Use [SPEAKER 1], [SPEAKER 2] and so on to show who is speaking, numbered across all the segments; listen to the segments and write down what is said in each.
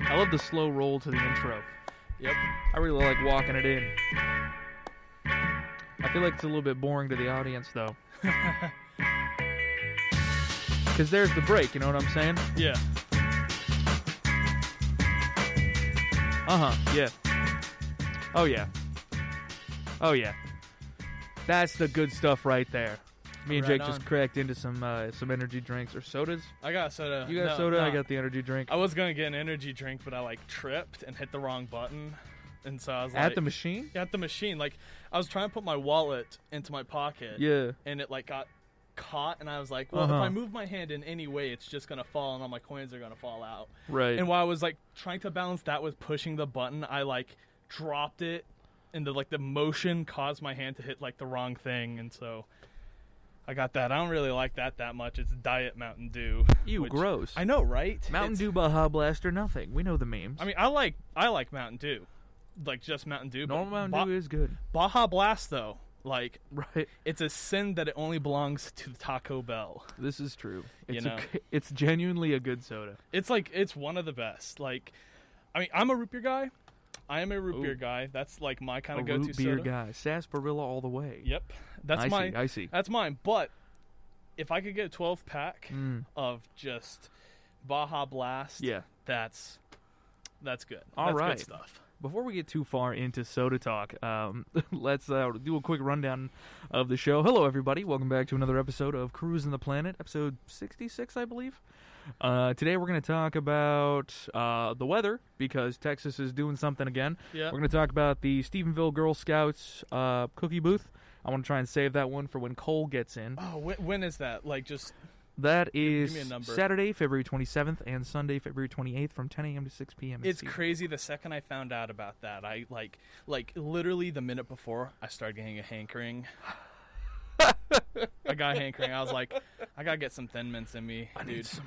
[SPEAKER 1] I love the slow roll to the intro.
[SPEAKER 2] Yep.
[SPEAKER 1] I really like walking it in. I feel like it's a little bit boring to the audience though. Cause there's the break, you know what I'm saying?
[SPEAKER 2] Yeah.
[SPEAKER 1] Uh huh. Yeah. Oh yeah. Oh yeah. That's the good stuff right there. Me and
[SPEAKER 2] Right
[SPEAKER 1] Jake
[SPEAKER 2] on.
[SPEAKER 1] just cracked into some uh, some energy drinks or sodas.
[SPEAKER 2] I got soda.
[SPEAKER 1] You got
[SPEAKER 2] No,
[SPEAKER 1] soda. I
[SPEAKER 2] no. Oh,
[SPEAKER 1] got the energy drink
[SPEAKER 2] I was gonna get an energy drink, but I like tripped and hit the wrong button, and so I was
[SPEAKER 1] at
[SPEAKER 2] like,
[SPEAKER 1] the machine.
[SPEAKER 2] at the machine. Like I was trying to put my wallet into my pocket,
[SPEAKER 1] Yeah.
[SPEAKER 2] and it like got caught, and I was like, well,
[SPEAKER 1] Uh-huh.
[SPEAKER 2] if I move my hand in any way, it's just gonna fall, and all my coins are gonna fall out.
[SPEAKER 1] Right.
[SPEAKER 2] And while I was like trying to balance that with pushing the button, I like dropped it, and the like the motion caused my hand to hit like the wrong thing, and so I got that. I don't really like that that much. It's Diet Mountain Dew.
[SPEAKER 1] you
[SPEAKER 2] which-
[SPEAKER 1] gross.
[SPEAKER 2] I know, right?
[SPEAKER 1] Mountain
[SPEAKER 2] It's-
[SPEAKER 1] Dew Baja Blast or nothing. We know the memes.
[SPEAKER 2] I mean, I like I like Mountain Dew, like just Mountain Dew. but
[SPEAKER 1] Normal Mountain
[SPEAKER 2] Ba-
[SPEAKER 1] Dew is good.
[SPEAKER 2] Baja Blast though. Like
[SPEAKER 1] Right.
[SPEAKER 2] it's a sin that it only belongs to Taco Bell.
[SPEAKER 1] This is true.
[SPEAKER 2] You
[SPEAKER 1] It's
[SPEAKER 2] know.
[SPEAKER 1] a, it's genuinely a good soda.
[SPEAKER 2] It's like it's one of the best. Like, I mean, I'm a root beer guy. I am a root
[SPEAKER 1] Ooh.
[SPEAKER 2] beer guy. That's like my kind
[SPEAKER 1] a
[SPEAKER 2] of go-to
[SPEAKER 1] root beer
[SPEAKER 2] soda.
[SPEAKER 1] guy. Sarsaparilla all the way.
[SPEAKER 2] Yep, that's
[SPEAKER 1] I
[SPEAKER 2] my
[SPEAKER 1] see. I see.
[SPEAKER 2] that's mine. But if I could get a 12 pack
[SPEAKER 1] Mm.
[SPEAKER 2] of just Baja Blast,
[SPEAKER 1] Yeah.
[SPEAKER 2] that's that's good.
[SPEAKER 1] All
[SPEAKER 2] that's
[SPEAKER 1] right.
[SPEAKER 2] good stuff.
[SPEAKER 1] Before we get too far into soda talk, um, let's uh, do a quick rundown of the show. Hello, everybody. Welcome back to another episode of Cruising the Planet, episode 66, I believe. Uh, today, we're going to talk about uh, the weather because Texas is doing something again.
[SPEAKER 2] Yeah.
[SPEAKER 1] We're going to talk about the Stephenville Girl Scouts uh, cookie booth. I want to try and save that one for when Cole gets in.
[SPEAKER 2] Oh, when, when is that? Like, just
[SPEAKER 1] That is
[SPEAKER 2] give me a number.
[SPEAKER 1] Saturday, February 27th, and Sunday, February 28th from 10 a.m. to 6 p.m.
[SPEAKER 2] It's
[SPEAKER 1] crazy.
[SPEAKER 2] crazy. The second I found out about that, I like, like literally the minute before, I started getting a hankering. I got a hankering. I was like, I gotta get some Thin Mints in me,
[SPEAKER 1] I
[SPEAKER 2] dude.
[SPEAKER 1] need some.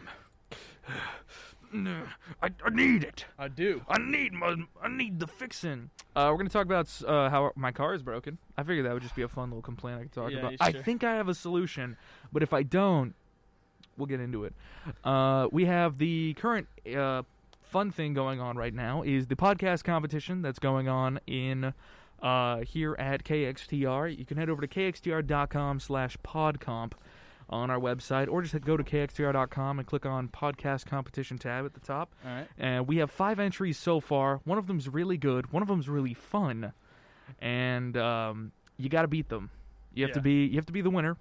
[SPEAKER 1] No, I, I need it.
[SPEAKER 2] I do.
[SPEAKER 1] I need my. I need the fixin'. Uh, we're gonna talk about uh, how my car is broken. I figured that would just be a fun little complaint I could talk
[SPEAKER 2] Yeah,
[SPEAKER 1] about.
[SPEAKER 2] you
[SPEAKER 1] I
[SPEAKER 2] sure?
[SPEAKER 1] think I have a solution, but if I don't, we'll get into it. Uh, we have the current uh, fun thing going on right now is the podcast competition that's going on in uh, here at KXTR. You can head over to kxtr.com slash podcomp on our website, or just go to kxtr.com and click on podcast competition tab at the top.
[SPEAKER 2] All right.
[SPEAKER 1] And we have five entries so far. One of them's really good. One of them's really fun. And um, you got to beat them. You have to
[SPEAKER 2] Yeah.
[SPEAKER 1] be you have to be the winner.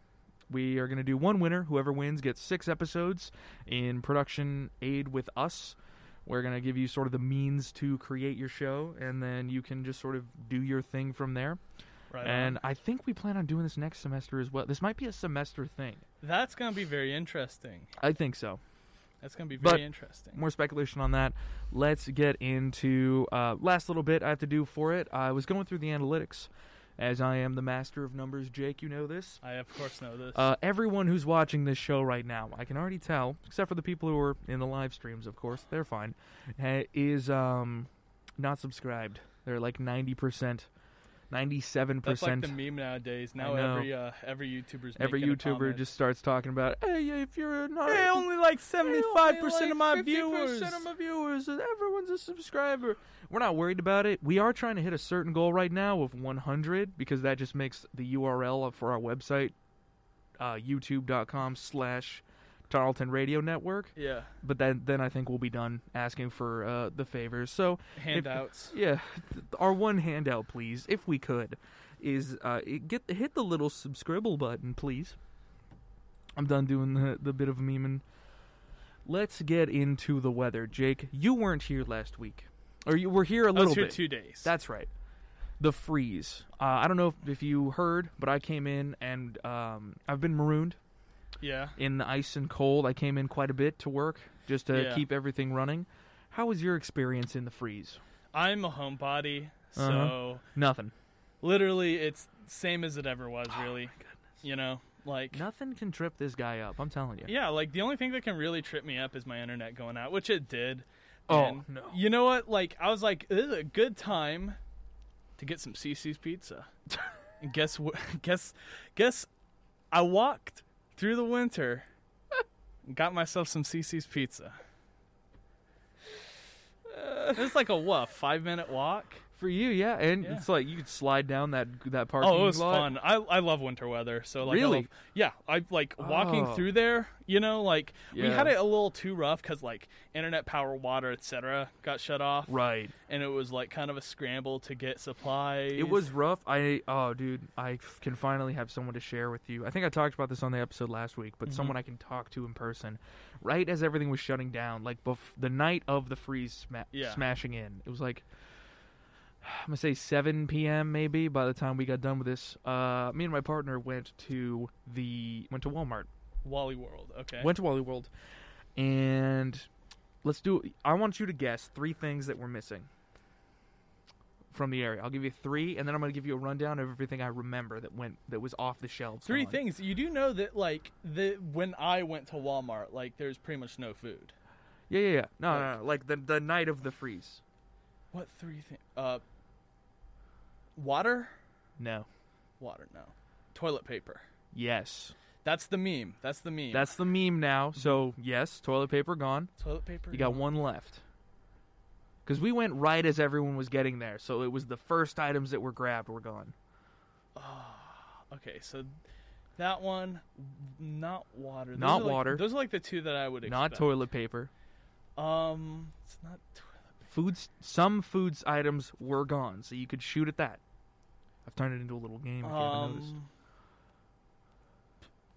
[SPEAKER 1] We are going to do one winner. Whoever wins gets six episodes in production aid with us. We're going to give you sort of the means to create your show, and then you can just sort of do your thing from there.
[SPEAKER 2] Right.
[SPEAKER 1] and I think we plan on doing this next semester as well. This might be a semester thing.
[SPEAKER 2] on. that's gonna be very interesting.
[SPEAKER 1] I think so.
[SPEAKER 2] That's gonna be very
[SPEAKER 1] But-
[SPEAKER 2] interesting.
[SPEAKER 1] more speculation on that. Let's get into uh, last little bit I have to do for it. I was going through the analytics, as I am the master of numbers. Jake, you know this.
[SPEAKER 2] I of course know this.
[SPEAKER 1] Uh, everyone who's watching this show right now, I can already tell, except for the people who are in the live streams, of course, they're fine. Uh, is um, not subscribed. They're like ninety percent, ninety-seven
[SPEAKER 2] that's like
[SPEAKER 1] percent.
[SPEAKER 2] the meme nowadays. Now
[SPEAKER 1] know.
[SPEAKER 2] every uh, every YouTuber's
[SPEAKER 1] Every
[SPEAKER 2] making a
[SPEAKER 1] YouTuber
[SPEAKER 2] comment.
[SPEAKER 1] just starts talking about, hey, if you're not,
[SPEAKER 2] Hey, only like
[SPEAKER 1] Hey,
[SPEAKER 2] seventy
[SPEAKER 1] only
[SPEAKER 2] five percent
[SPEAKER 1] like
[SPEAKER 2] of my
[SPEAKER 1] 50%
[SPEAKER 2] viewers.
[SPEAKER 1] of my viewers, and everyone's a subscriber. We're not worried about it. We are trying to hit a certain goal right now of 100 because that just makes the URL up for our website, uh, youtube.com slash Tarleton Radio Network.
[SPEAKER 2] yeah,
[SPEAKER 1] But then, then I think we'll be done asking for uh, the favors. So
[SPEAKER 2] handouts.
[SPEAKER 1] yeah, th- our one handout, please, if we could, is uh, it- get hit the little subscribble button, please. I'm done doing the the bit of memeing. Let's get into the weather, Jake. You weren't here last week, or you were here a
[SPEAKER 2] I was
[SPEAKER 1] little
[SPEAKER 2] here
[SPEAKER 1] bit.
[SPEAKER 2] two days.
[SPEAKER 1] That's right. The freeze. Uh, I don't know if, if you heard, but I came in and um, I've been marooned
[SPEAKER 2] yeah.
[SPEAKER 1] in the ice and cold. I came in quite a bit to work just to
[SPEAKER 2] Yeah.
[SPEAKER 1] keep everything running. How was your experience in the freeze?
[SPEAKER 2] I'm a homebody, so
[SPEAKER 1] Uh-huh. Nothing.
[SPEAKER 2] literally it's same as it ever was.
[SPEAKER 1] Oh
[SPEAKER 2] Really, you know, like
[SPEAKER 1] Nothing can trip this guy up. I'm telling you.
[SPEAKER 2] yeah, like the only thing that can really trip me up is my internet going out, which it did.
[SPEAKER 1] Oh,
[SPEAKER 2] And
[SPEAKER 1] no.
[SPEAKER 2] You know what? Like I was like, this is a good time to get some CC's pizza. and guess what? Guess guess I walked through the winter, and got myself some CC's pizza. It's like a what five minute walk.
[SPEAKER 1] For you, yeah, and
[SPEAKER 2] Yeah.
[SPEAKER 1] it's like you could slide down that that parking.
[SPEAKER 2] oh, it was
[SPEAKER 1] lot.
[SPEAKER 2] fun. I I love winter weather. So like I
[SPEAKER 1] Really?
[SPEAKER 2] love- yeah, I like walking
[SPEAKER 1] Oh.
[SPEAKER 2] through there. You know, like we
[SPEAKER 1] Yeah.
[SPEAKER 2] had it a little too rough because like internet, power, water, etc. got shut off,
[SPEAKER 1] Right.
[SPEAKER 2] and it was like kind of a scramble to get supplies.
[SPEAKER 1] It was rough. I oh, dude, I f- can finally have someone to share with you. I think I talked about this on the episode last week,
[SPEAKER 2] Mm-hmm.
[SPEAKER 1] but someone I can talk to in person. Right as everything was shutting down, like bef- the night of the freeze sma-
[SPEAKER 2] Yeah.
[SPEAKER 1] smashing in, it was like I'm gonna say 7 p.m. maybe. By the time we got done with this, uh, me and my partner went to the went to Walmart,
[SPEAKER 2] Wally World. Okay.
[SPEAKER 1] went to Wally World, and let's do. I want you to guess three things that we're missing from the area. I'll give you three, and then I'm going to give you a rundown of everything I remember that went that was off the shelves.
[SPEAKER 2] Three
[SPEAKER 1] gone.
[SPEAKER 2] things you do know that like the when I went to Walmart, like there's pretty much no food.
[SPEAKER 1] Yeah, yeah, yeah. No, no, no. Like the the night of the freeze.
[SPEAKER 2] What three things? Uh, water,
[SPEAKER 1] No.
[SPEAKER 2] water. No, toilet paper.
[SPEAKER 1] Yes.
[SPEAKER 2] That's the meme. That's the meme.
[SPEAKER 1] That's the meme now.
[SPEAKER 2] Mm-hmm.
[SPEAKER 1] So yes, toilet paper gone.
[SPEAKER 2] toilet paper.
[SPEAKER 1] You got one left. Because we went right as everyone was getting there, so it was the first items that were grabbed were gone.
[SPEAKER 2] Ah, Okay, so that one, not water. Those
[SPEAKER 1] Not
[SPEAKER 2] are, like-
[SPEAKER 1] water.
[SPEAKER 2] Those are like the two that I would expect.
[SPEAKER 1] Not toilet paper.
[SPEAKER 2] Um, it's not toilet.
[SPEAKER 1] foods some foods items were gone so you could shoot at that i've turned it into a little game if you haven't noticed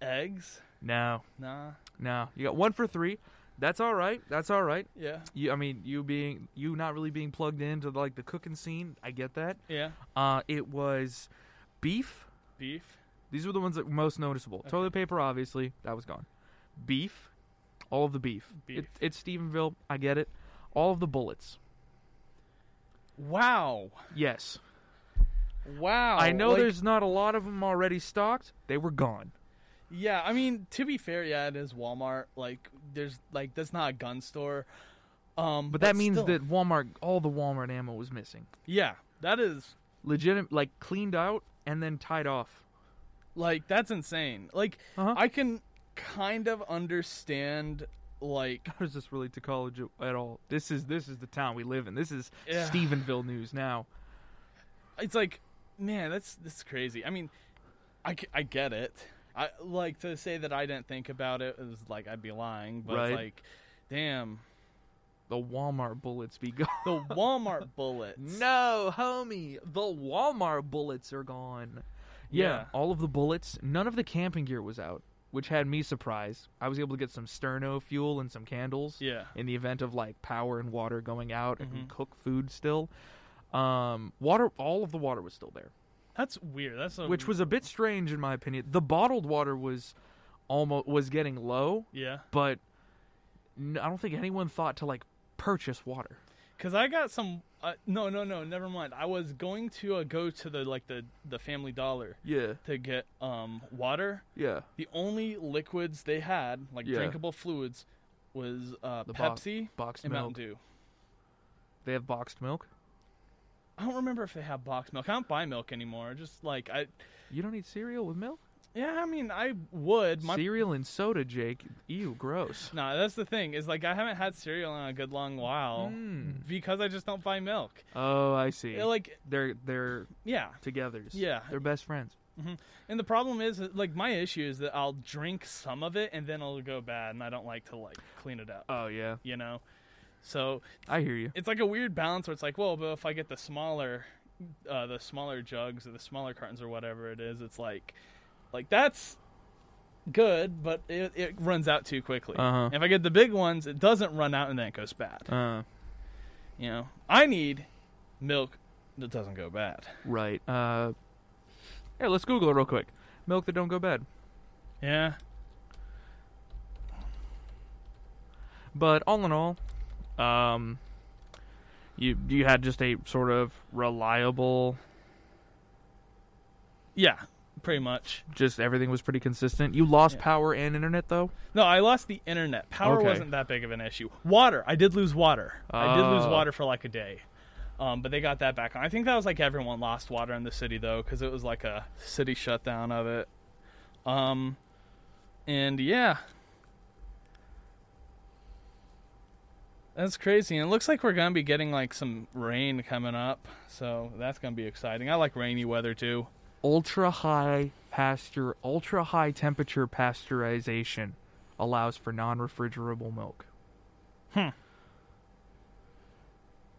[SPEAKER 2] Um, eggs.
[SPEAKER 1] no
[SPEAKER 2] Nah.
[SPEAKER 1] no you got one for three that's all right that's all right
[SPEAKER 2] Yeah.
[SPEAKER 1] you, i mean you being you not really being plugged into like the cooking scene i get that
[SPEAKER 2] Yeah.
[SPEAKER 1] uh it was beef
[SPEAKER 2] Beef.
[SPEAKER 1] these were the ones that were most noticeable toilet paper obviously that was gone beef all of the beef, It-
[SPEAKER 2] Beef.
[SPEAKER 1] it's stephenville i get it all of the bullets
[SPEAKER 2] Wow.
[SPEAKER 1] yes
[SPEAKER 2] Wow.
[SPEAKER 1] i know
[SPEAKER 2] Oh, like-
[SPEAKER 1] there's not a lot of them already stocked they were gone
[SPEAKER 2] Yeah, I mean, to be fair, yeah, it is Walmart. Like, there's like that's not a gun store. Um,
[SPEAKER 1] But that means
[SPEAKER 2] still-
[SPEAKER 1] that Walmart, all the Walmart ammo was missing.
[SPEAKER 2] yeah, that is
[SPEAKER 1] Legitimate, like cleaned out and then tied off.
[SPEAKER 2] like that's insane. Like,
[SPEAKER 1] Uh-huh.
[SPEAKER 2] I can kind of understand like
[SPEAKER 1] How does this relate to college at all? This is this is the town we live in. This is
[SPEAKER 2] Yeah.
[SPEAKER 1] Stephenville news now.
[SPEAKER 2] it's like, man, that's that's crazy. I mean, I, c- I get it. I like to say that I didn't think about it is like I'd be lying, but
[SPEAKER 1] Right.
[SPEAKER 2] like, damn,
[SPEAKER 1] The Walmart bullets be gone.
[SPEAKER 2] the Walmart bullets.
[SPEAKER 1] no, homie, the Walmart bullets are gone. Yeah,
[SPEAKER 2] Yeah.
[SPEAKER 1] all of the bullets. None of the camping gear was out, which had me surprised. I was able to get some Sterno fuel and some candles.
[SPEAKER 2] Yeah.
[SPEAKER 1] in the event of like power and water going out and
[SPEAKER 2] Mhm.
[SPEAKER 1] cook food still. Um, water, all of the water was still there,
[SPEAKER 2] That's weird. That's a,
[SPEAKER 1] which was a bit strange in my opinion. The bottled water was almost was getting low,
[SPEAKER 2] yeah.
[SPEAKER 1] but n- I don't think anyone thought to like purchase water.
[SPEAKER 2] Cause I got some. Uh, no, no, no. Never mind. I was going to uh, go to the like the the Family Dollar
[SPEAKER 1] Yeah,
[SPEAKER 2] to get um water.
[SPEAKER 1] yeah.
[SPEAKER 2] The only liquids they had, like
[SPEAKER 1] Yeah.
[SPEAKER 2] drinkable fluids, was uh,
[SPEAKER 1] The bo-
[SPEAKER 2] Pepsi
[SPEAKER 1] boxed
[SPEAKER 2] and Mountain
[SPEAKER 1] milk.
[SPEAKER 2] Dew.
[SPEAKER 1] They have boxed milk.
[SPEAKER 2] I don't remember if they have boxed milk. I don't buy milk anymore. Just like I,
[SPEAKER 1] You don't eat cereal with milk.
[SPEAKER 2] yeah. I mean, I would. My
[SPEAKER 1] cereal and soda, Jake. Ew, gross.
[SPEAKER 2] nah. That's the thing is like I haven't had cereal in a good long while
[SPEAKER 1] Mm.
[SPEAKER 2] because I just don't buy milk.
[SPEAKER 1] Oh, I see.
[SPEAKER 2] Yeah, Like
[SPEAKER 1] they're they're
[SPEAKER 2] yeah.
[SPEAKER 1] togethers.
[SPEAKER 2] Yeah.
[SPEAKER 1] they're best friends.
[SPEAKER 2] And the problem is, uh, like, my issue is that I'll drink some of it and then it'll go bad, and I don't like to like clean it up,
[SPEAKER 1] Oh yeah,
[SPEAKER 2] you know. So
[SPEAKER 1] I hear you.
[SPEAKER 2] it's like a weird balance where it's like, well, but if I get the smaller, uh, the smaller jugs or the smaller cartons or whatever it is, it's like, like that's good, but it, it runs out too quickly.
[SPEAKER 1] Uh-huh.
[SPEAKER 2] If I get the big ones, it doesn't run out and then it goes bad.
[SPEAKER 1] Uh,
[SPEAKER 2] You know, I need milk that doesn't go bad.
[SPEAKER 1] Right. Uh, yeah, let's Google it real quick. Milk that don't go bad.
[SPEAKER 2] Yeah.
[SPEAKER 1] But all in all, um, you you had just a sort of reliable.
[SPEAKER 2] Yeah. Pretty much.
[SPEAKER 1] Just everything was pretty consistent. You lost
[SPEAKER 2] Yeah.
[SPEAKER 1] power and internet though.
[SPEAKER 2] No, I lost the internet. Power
[SPEAKER 1] Okay.
[SPEAKER 2] wasn't that big of an issue. Water, I did lose water. I did lose
[SPEAKER 1] Oh.
[SPEAKER 2] water for like a day, um, but they got that back on. I think that was like everyone lost water in the city though, because it was like a city shutdown of it. Um, and yeah, That's crazy. And it looks like we're gonna be getting like some rain coming up, so that's gonna be exciting. I like rainy weather too.
[SPEAKER 1] Ultra high pasture, ultra high temperature pasteurization allows for non refrigerable milk.
[SPEAKER 2] Hmm.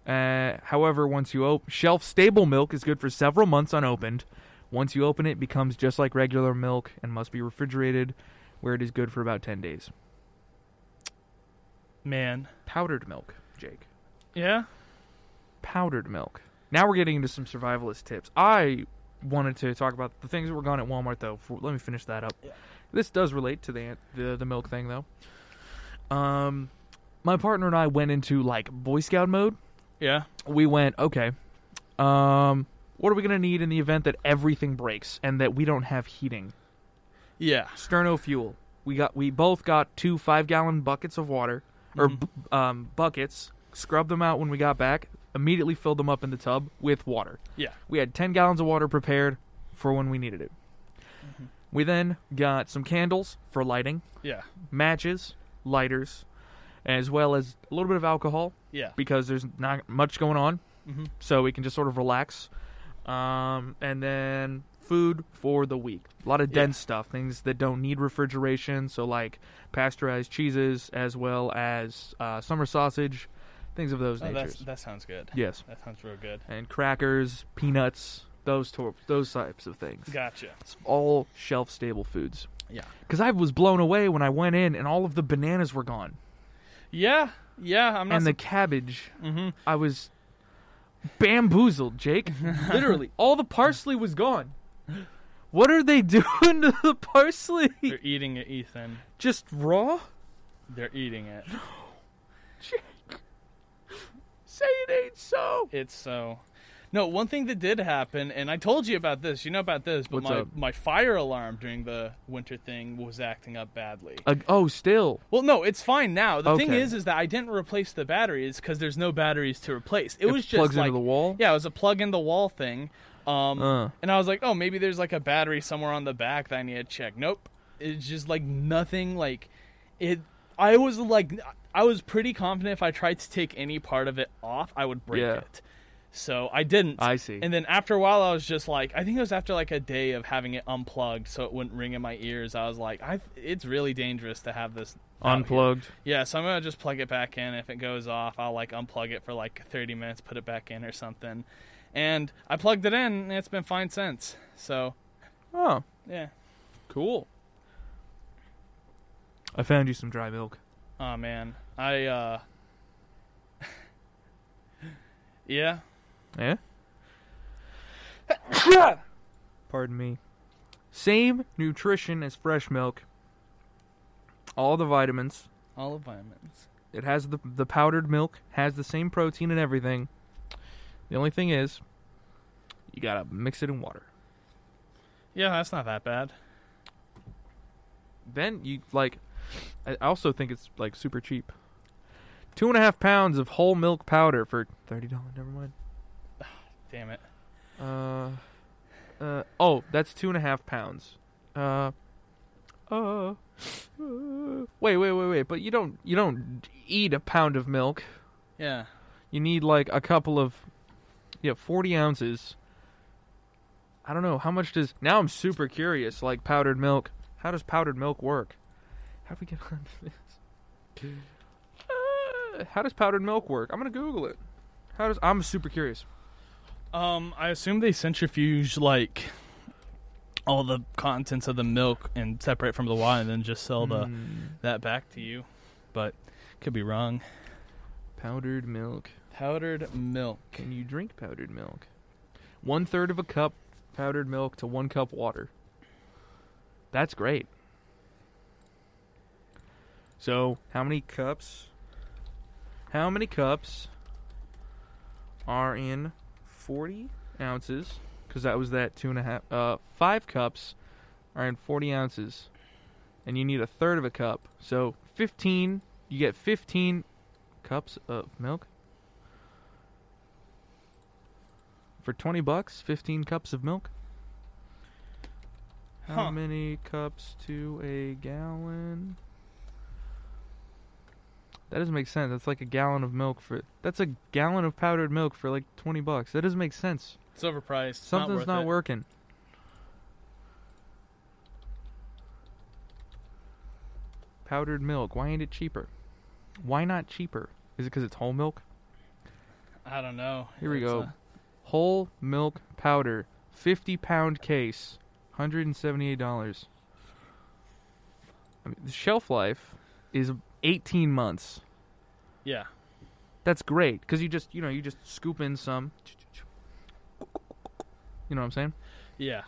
[SPEAKER 1] Uh, however, once you open shelf stable milk is good for several months unopened. Once you open it, it becomes just like regular milk and must be refrigerated, where it is good for about 10 days.
[SPEAKER 2] Man.
[SPEAKER 1] Powdered milk, Jake.
[SPEAKER 2] Yeah.
[SPEAKER 1] powdered milk. Now we're getting into some survivalist tips. I wanted to talk about the things that were gone at Walmart though. For, let me finish that up. This does relate to the, the the milk thing though. Um, my partner and I went into like Boy Scout mode.
[SPEAKER 2] Yeah.
[SPEAKER 1] We went okay. Um, what are we gonna need in the event that everything breaks and that we don't have heating?
[SPEAKER 2] Yeah.
[SPEAKER 1] Sterno fuel. We got we both got two five gallon buckets of water or
[SPEAKER 2] Mhm.
[SPEAKER 1] b- um, buckets. Scrubbed them out when we got back. Immediately filled them up in the tub with water.
[SPEAKER 2] Yeah.
[SPEAKER 1] We had 10 gallons of water prepared for when we needed it. We then got some candles for lighting,
[SPEAKER 2] Yeah.
[SPEAKER 1] matches, lighters, as well as a little bit of alcohol
[SPEAKER 2] Yeah.
[SPEAKER 1] because there's not much going on,
[SPEAKER 2] Mhm.
[SPEAKER 1] so we can just sort of relax. Um, and then food for the week. A lot of
[SPEAKER 2] Yeah.
[SPEAKER 1] dense stuff, things that don't need refrigeration, so like pasteurized cheeses as well as uh, summer sausage, things of those
[SPEAKER 2] Oh, that's,
[SPEAKER 1] natures.
[SPEAKER 2] that sounds good.
[SPEAKER 1] Yes
[SPEAKER 2] That sounds real good.
[SPEAKER 1] and crackers, peanuts, those tor- those types of things.
[SPEAKER 2] Gotcha.
[SPEAKER 1] It's all shelf stable foods.
[SPEAKER 2] Yeah.
[SPEAKER 1] Because I was blown away when I went in and all of the bananas were gone,
[SPEAKER 2] Yeah. Yeah. I'm not.
[SPEAKER 1] and the cabbage.
[SPEAKER 2] mm-hmm.
[SPEAKER 1] I was bamboozled, Jake. Literally, all the parsley was gone. What are they doing to the parsley?
[SPEAKER 2] They're eating it, Ethan.
[SPEAKER 1] Just raw?
[SPEAKER 2] They're eating it.
[SPEAKER 1] Jake, say it ain't so.
[SPEAKER 2] It's so. No, one thing that did happen, and I told you about this. You know about this, but
[SPEAKER 1] What's
[SPEAKER 2] my
[SPEAKER 1] up?
[SPEAKER 2] my fire alarm during the winter thing was acting up badly.
[SPEAKER 1] Uh, oh, still.
[SPEAKER 2] Well, no, it's fine now. The thing
[SPEAKER 1] Okay.
[SPEAKER 2] is, is that I didn't replace the batteries because there's no batteries to replace. It, was just
[SPEAKER 1] plugs
[SPEAKER 2] like,
[SPEAKER 1] into the wall.
[SPEAKER 2] yeah, it was a plug in the wall thing. Um,
[SPEAKER 1] Uh.
[SPEAKER 2] and I was like, oh, maybe there's like a battery somewhere on the back that I need to check. Nope, it's just like nothing. Like it, I was like, I was pretty confident if I tried to take any part of it off, I would break
[SPEAKER 1] Yeah.
[SPEAKER 2] it. So I didn't.
[SPEAKER 1] I see.
[SPEAKER 2] And then after a while, I was just like, I think it was after like a day of having it unplugged so it wouldn't ring in my ears. I was like, I it's really dangerous to have this out here.
[SPEAKER 1] Unplugged.
[SPEAKER 2] Oh, Yeah, so I'm gonna just plug it back in. If it goes off, I'll like unplug it for like 30 minutes, put it back in or something. And I plugged it in, and it's been fine since. So
[SPEAKER 1] Oh,
[SPEAKER 2] yeah.
[SPEAKER 1] cool. I found you some dry milk.
[SPEAKER 2] Oh man, I uh. yeah.
[SPEAKER 1] Yeah? Pardon me. Same nutrition as fresh milk. All the vitamins.
[SPEAKER 2] All of vitamins.
[SPEAKER 1] It has the the powdered milk, has the same protein and everything. The only thing is you got to mix it in water.
[SPEAKER 2] Yeah, that's not that bad.
[SPEAKER 1] Then you like I also think it's like super cheap. Two and a half pounds of whole milk powder for thirty dollars, never mind.
[SPEAKER 2] Damn it.
[SPEAKER 1] Uh, uh, oh, that's two and a half pounds. Uh, uh, uh, wait, wait, wait, wait. But you don't, you don't eat a pound of milk.
[SPEAKER 2] Yeah.
[SPEAKER 1] You need like a couple of, yeah, forty ounces. I don't know how much does. Now I'm super curious. Like powdered milk. How does powdered milk work? How do we get on this? Uh, how does powdered milk work? I'm gonna Google it. How does? I'm super curious.
[SPEAKER 2] Um, I assume they centrifuge like all the contents of the milk and separate from the wine, and then just sell the
[SPEAKER 1] Mm.
[SPEAKER 2] that back to you. But could be wrong.
[SPEAKER 1] Powdered milk.
[SPEAKER 2] Powdered milk.
[SPEAKER 1] Can you drink powdered milk? One third of a cup powdered milk to one cup water. That's great. So, how many cups? How many cups are in 40 ounces? Because that was that two and a half. Uh, five cups are in 40 ounces. And you need a third of a cup. So, 15. You get 15 cups of milk. for 20 bucks 15 cups of milk how
[SPEAKER 2] Huh.
[SPEAKER 1] many cups to a gallon That doesn't make sense. That's like a gallon of milk for. That's a gallon of powdered milk for like twenty bucks. That doesn't make sense.
[SPEAKER 2] It's overpriced. It's
[SPEAKER 1] Something's
[SPEAKER 2] not, worth
[SPEAKER 1] not
[SPEAKER 2] it.
[SPEAKER 1] working. Powdered milk. Why ain't it cheaper? Why not cheaper? Is it because it's whole milk?
[SPEAKER 2] I don't know.
[SPEAKER 1] Here we
[SPEAKER 2] It's,
[SPEAKER 1] go.
[SPEAKER 2] uh,
[SPEAKER 1] Whole milk powder, fifty pound case, hundred and seventy eight dollars. I mean, the shelf life is eighteen months.
[SPEAKER 2] yeah.
[SPEAKER 1] That's great because you just you know you just scoop in some. You know what I'm saying?
[SPEAKER 2] Yeah.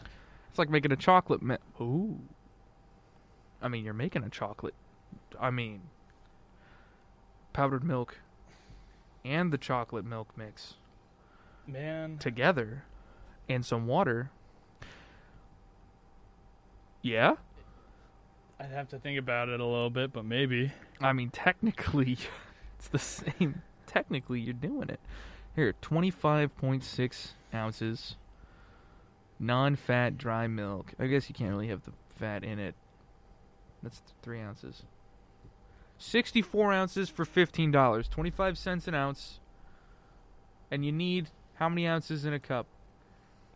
[SPEAKER 1] It's like making a chocolate milk. Ooh. I mean, you're making a chocolate. I mean, powdered milk and the chocolate milk mix
[SPEAKER 2] Man.
[SPEAKER 1] together and some water. Yeah?
[SPEAKER 2] I'd have to think about it a little bit, but maybe.
[SPEAKER 1] I mean, technically, it's the same. Technically, you're doing it. Here, 25.6 ounces non fat dry milk. I guess you can't really have the fat in it. That's th- three ounces. 64 ounces for $15, 25 cents an ounce. And you need how many ounces in a cup?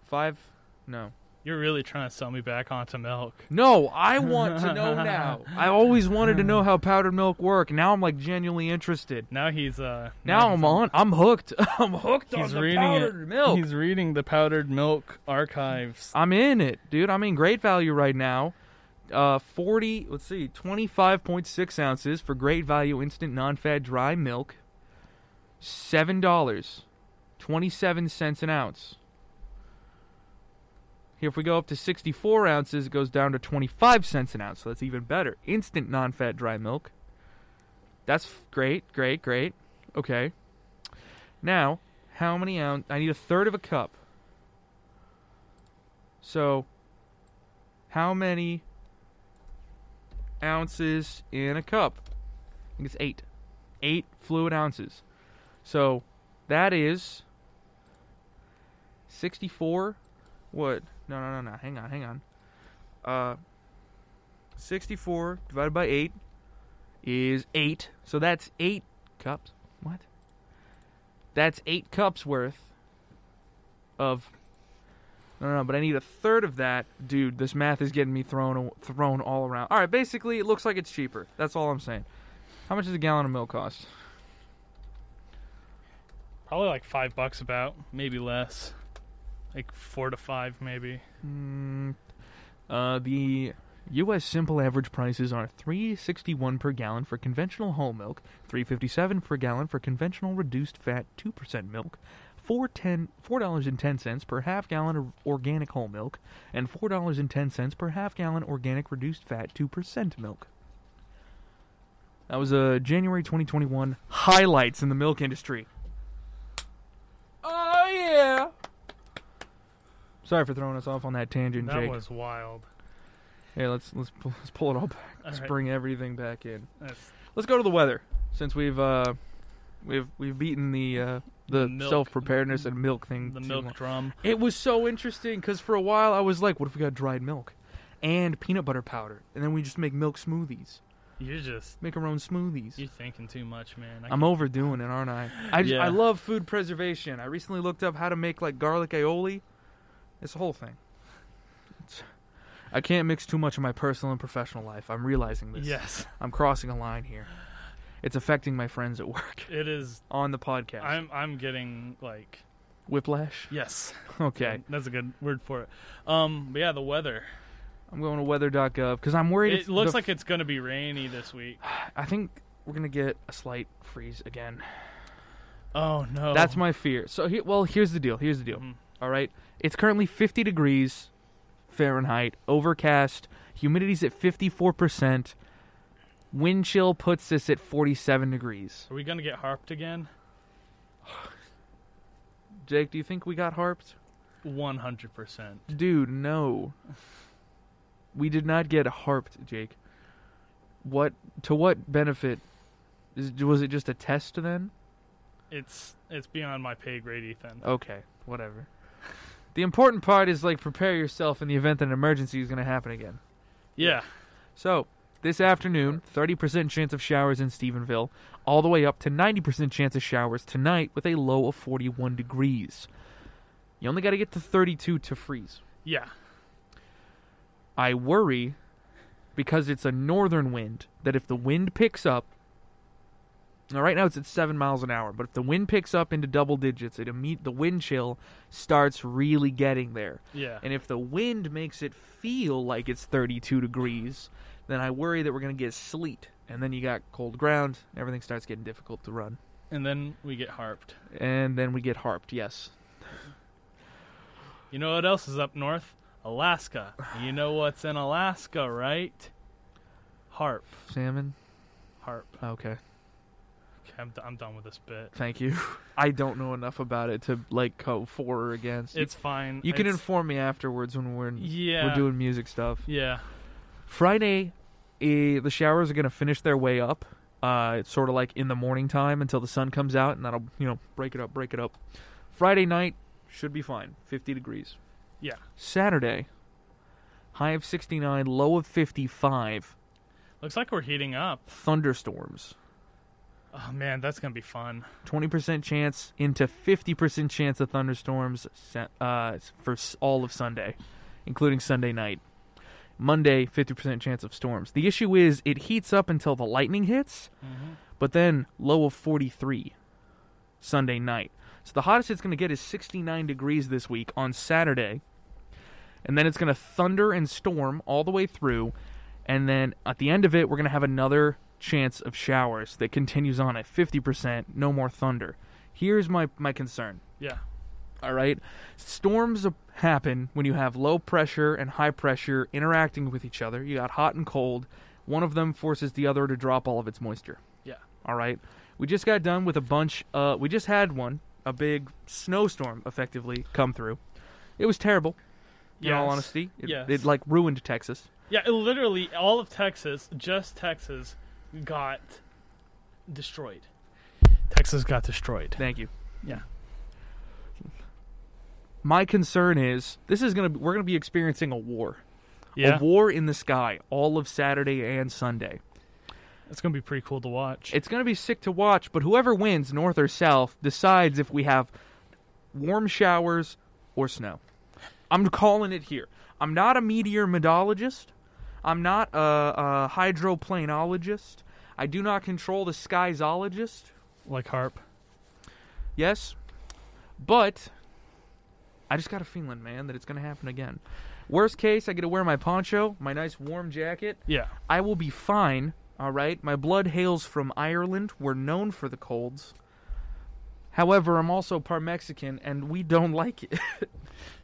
[SPEAKER 1] Five? No.
[SPEAKER 2] You're really trying to sell me back onto milk.
[SPEAKER 1] No, I want to know now. I always wanted to know how powdered milk work. Now I'm like genuinely interested.
[SPEAKER 2] Now he's uh
[SPEAKER 1] Now
[SPEAKER 2] he's
[SPEAKER 1] I'm on. I'm hooked. I'm hooked on
[SPEAKER 2] He's
[SPEAKER 1] the
[SPEAKER 2] reading it.
[SPEAKER 1] powdered milk.
[SPEAKER 2] He's reading the powdered milk archives.
[SPEAKER 1] I'm in it, dude. I'm in great value right now. Uh, 40. Let's see, 25.6 ounces for great value instant non-fat dry milk. Seven dollars, twenty-seven cents an ounce. Here, if we go up to 64 ounces, it goes down to 25 cents an ounce. So that's even better. Instant non-fat dry milk. That's f- great, great, great. Okay. Now, how many ounce? I need a third of a cup. So, how many ounces in a cup? I think it's eight. Eight fluid ounces. So, that is 64. What? No, no, no, no. Hang on, hang on. Uh, 64 divided by 8 is 8. So, that's 8 cups. What? That's 8 cups worth of no, no, no, but I need a third of that, dude. This math is getting me thrown thrown all around. All right, basically, it looks like it's cheaper. That's all I'm saying. How much does a gallon of milk cost?
[SPEAKER 2] Probably like five bucks about, maybe less. Like four to five maybe.
[SPEAKER 1] Mm, uh, the U.S. simple average prices are three sixty one per gallon for conventional whole milk, three fifty seven per gallon for conventional reduced fat two percent milk, four ten four dollars and ten cents per half gallon of organic whole milk, and four dollars and ten cents per half gallon organic reduced fat two percent milk. That was uh, January 2021 highlights in the milk industry. Oh yeah. Sorry for throwing us off on that tangent,
[SPEAKER 2] That
[SPEAKER 1] Jake.
[SPEAKER 2] was wild.
[SPEAKER 1] Hey, let's let's pull, let's pull it all back.
[SPEAKER 2] All
[SPEAKER 1] let's
[SPEAKER 2] right,
[SPEAKER 1] bring everything back in.
[SPEAKER 2] that's-
[SPEAKER 1] Let's go to the weather since we've uh we've we've beaten the uh the
[SPEAKER 2] Milk.
[SPEAKER 1] self preparedness and milk thing.
[SPEAKER 2] the
[SPEAKER 1] too
[SPEAKER 2] milk
[SPEAKER 1] long.
[SPEAKER 2] drum.
[SPEAKER 1] It was so interesting because for a while I was like, what if we got dried milk and peanut butter powder, and then we just make milk smoothies,
[SPEAKER 2] You're just
[SPEAKER 1] make our own smoothies.
[SPEAKER 2] you're thinking too much, man. I
[SPEAKER 1] I'm overdoing it, aren't I? I, just,
[SPEAKER 2] Yeah.
[SPEAKER 1] I love food preservation. I recently looked up how to make like garlic aioli. It's a whole thing. It's, I can't mix too much of my personal and professional life. I'm realizing this.
[SPEAKER 2] Yes,
[SPEAKER 1] I'm crossing a line here. It's affecting my friends at work
[SPEAKER 2] it is.
[SPEAKER 1] on the podcast.
[SPEAKER 2] I'm I'm getting like
[SPEAKER 1] Whiplash.
[SPEAKER 2] yes.
[SPEAKER 1] Okay,
[SPEAKER 2] that's a good word for it. Um, but yeah, the weather.
[SPEAKER 1] I'm going to weather.gov because I'm worried.
[SPEAKER 2] It
[SPEAKER 1] it's
[SPEAKER 2] looks
[SPEAKER 1] the-
[SPEAKER 2] like it's gonna be rainy this week.
[SPEAKER 1] I think we're gonna get a slight freeze again.
[SPEAKER 2] Oh no,
[SPEAKER 1] That's my fear. So, he, well, here's the deal. Here's the deal.
[SPEAKER 2] Mhm.
[SPEAKER 1] All right. It's currently 50 degrees Fahrenheit, overcast, humidity's at 54%. Wind chill puts us at 47 degrees.
[SPEAKER 2] Are we gonna get harped again?
[SPEAKER 1] Jake, do you think we got harped?
[SPEAKER 2] One hundred percent.
[SPEAKER 1] Dude, no. We did not get harped, Jake. What to what benefit? Is, was it just a test then?
[SPEAKER 2] It's it's beyond my pay grade, Ethan.
[SPEAKER 1] Okay, whatever. The important part is like prepare yourself in the event that an emergency is going to happen again.
[SPEAKER 2] Yeah,
[SPEAKER 1] So, This afternoon, 30% chance of showers in Stephenville, all the way up to 90% chance of showers tonight with a low of 41 degrees. You only got to get to 32 to freeze.
[SPEAKER 2] Yeah.
[SPEAKER 1] I worry because it's a northern wind that if the wind picks up, now right now it's at seven miles an hour, but if the wind picks up into double digits, it imme- the wind chill starts really getting there.
[SPEAKER 2] Yeah.
[SPEAKER 1] And if the wind makes it feel like it's 32 degrees, then I worry that we're going to get sleet. And then you got cold ground, and everything starts getting difficult to run.
[SPEAKER 2] And then we get harped.
[SPEAKER 1] And then we get harped, yes.
[SPEAKER 2] You know what else is up north? Alaska. You know what's in Alaska, right? Harp.
[SPEAKER 1] Salmon?
[SPEAKER 2] Harp.
[SPEAKER 1] Okay.
[SPEAKER 2] Okay, I'm, d- I'm done with this bit.
[SPEAKER 1] Thank you. I don't know enough about it to, like, go for or against.
[SPEAKER 2] It's fine.
[SPEAKER 1] you can
[SPEAKER 2] It's-
[SPEAKER 1] inform me afterwards when we're, in,
[SPEAKER 2] Yeah.
[SPEAKER 1] we're doing music stuff.
[SPEAKER 2] Yeah.
[SPEAKER 1] Friday, eh, the showers are going to finish their way up. Uh, it's sort of like in the morning time until the sun comes out, and that'll you know break it up, break it up. Friday night should be fine, 50 degrees.
[SPEAKER 2] Yeah.
[SPEAKER 1] Saturday, high of 69, low of 55.
[SPEAKER 2] Looks like we're heating up.
[SPEAKER 1] Thunderstorms,
[SPEAKER 2] Oh man, that's gonna be fun.
[SPEAKER 1] 20% chance into 50% chance of thunderstorms sa- uh, for s- all of Sunday, including Sunday night. Monday, 50% chance of storms. The issue is it heats up until the lightning hits. but then low of 43 Sunday night. So the hottest it's going to get is 69 degrees this week on Saturday. And then it's going to thunder and storm all the way through. And then at the end of it, we're going to have another chance of showers that continues on at 50%, no more thunder. Here's my, my concern.
[SPEAKER 2] Yeah.
[SPEAKER 1] All right. Storms happen when you have low pressure and high pressure interacting with each other. You got hot and cold. One of them forces the other to drop all of its moisture.
[SPEAKER 2] Yeah.
[SPEAKER 1] All right. We just got done with a bunch. Uh, we just had one, a big snowstorm, effectively come through. It was terrible. In all
[SPEAKER 2] Yes.
[SPEAKER 1] honesty, it,
[SPEAKER 2] Yes.
[SPEAKER 1] it like ruined Texas.
[SPEAKER 2] Yeah, it literally all of Texas, just Texas, got destroyed. Texas got destroyed.
[SPEAKER 1] Thank you.
[SPEAKER 2] Yeah.
[SPEAKER 1] My concern is this is gonna be, we're gonna be experiencing a war,
[SPEAKER 2] Yeah.
[SPEAKER 1] a war in the sky all of Saturday and Sunday.
[SPEAKER 2] It's gonna be pretty cool to watch.
[SPEAKER 1] It's going to be sick to watch, but whoever wins, north or south, decides if we have warm showers or snow. I'm calling it here. I'm not a meteorologist. I'm not a, a hydroplanologist. I do not control the skyzologist.
[SPEAKER 2] like harp.
[SPEAKER 1] Yes. But I just got a feeling, man, that it's going to happen again. Worst case, I get to wear my poncho, my nice warm jacket,
[SPEAKER 2] Yeah.
[SPEAKER 1] I will be fine, all right? My blood hails from Ireland. We're known for the colds. However, I'm also part Mexican, and we don't like it.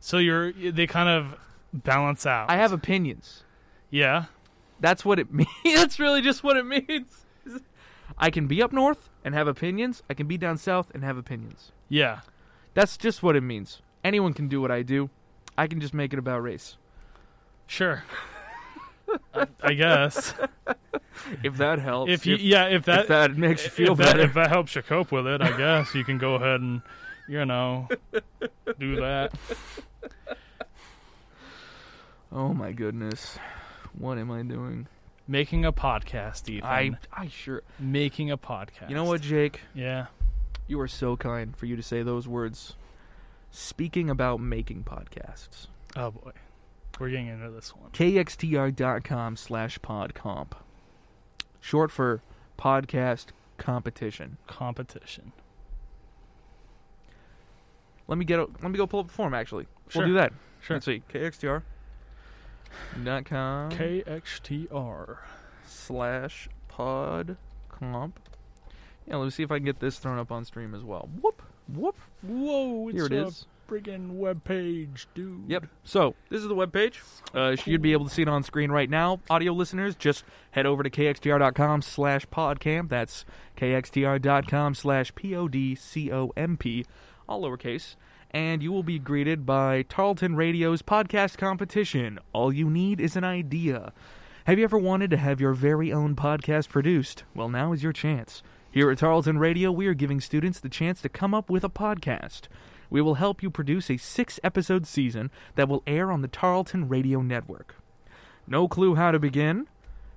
[SPEAKER 2] So you're they kind of balance out.
[SPEAKER 1] I have opinions.
[SPEAKER 2] yeah.
[SPEAKER 1] That's what it means. That's really just what it means. I can be up north and have opinions. I can be down south and have opinions.
[SPEAKER 2] Yeah.
[SPEAKER 1] That's just what it means. Anyone can do what I do. I can just make it about race.
[SPEAKER 2] Sure. I, I guess
[SPEAKER 1] If that helps.
[SPEAKER 2] if you yeah if that
[SPEAKER 1] if that makes you feel
[SPEAKER 2] if
[SPEAKER 1] better.
[SPEAKER 2] That, if that helps you cope with it, I guess you can go ahead and, you know, do that.
[SPEAKER 1] oh my goodness. What am I doing?
[SPEAKER 2] Making a podcast, Ethan.
[SPEAKER 1] I I sure.
[SPEAKER 2] Making a podcast.
[SPEAKER 1] You know what, Jake?
[SPEAKER 2] Yeah.
[SPEAKER 1] You are so kind for you to say those words. Speaking about making podcasts,
[SPEAKER 2] Oh boy, we're getting into this one.
[SPEAKER 1] kxtr.com slash podcomp, short for podcast competition.
[SPEAKER 2] Competition.
[SPEAKER 1] Let me get a, let me go pull up the form. Actually,
[SPEAKER 2] Sure.
[SPEAKER 1] we'll do that.
[SPEAKER 2] Sure.
[SPEAKER 1] Let's see, kxtr.com
[SPEAKER 2] KXTR.
[SPEAKER 1] slash podcomp. Yeah, let me see if I can get this thrown up on stream as well. Whoop whoop.
[SPEAKER 2] Whoa, it's
[SPEAKER 1] Here it
[SPEAKER 2] a
[SPEAKER 1] is.
[SPEAKER 2] friggin' webpage, dude.
[SPEAKER 1] Yep. So this is the webpage. Uh, you'd be able to see it on screen right now. Audio listeners, just head over to kxtr.com slash podcamp. That's kxtr.com slash p-o-d-c-o-m-p, all lowercase. And you will be greeted by Tarleton Radio's podcast competition. All you need is an idea. Have you ever wanted to have your very own podcast produced? Well, now is your chance. Here at Tarleton Radio, we are giving students the chance to come up with a podcast. We will help you produce a six episode season that will air on the Tarleton Radio Network. No clue how to begin?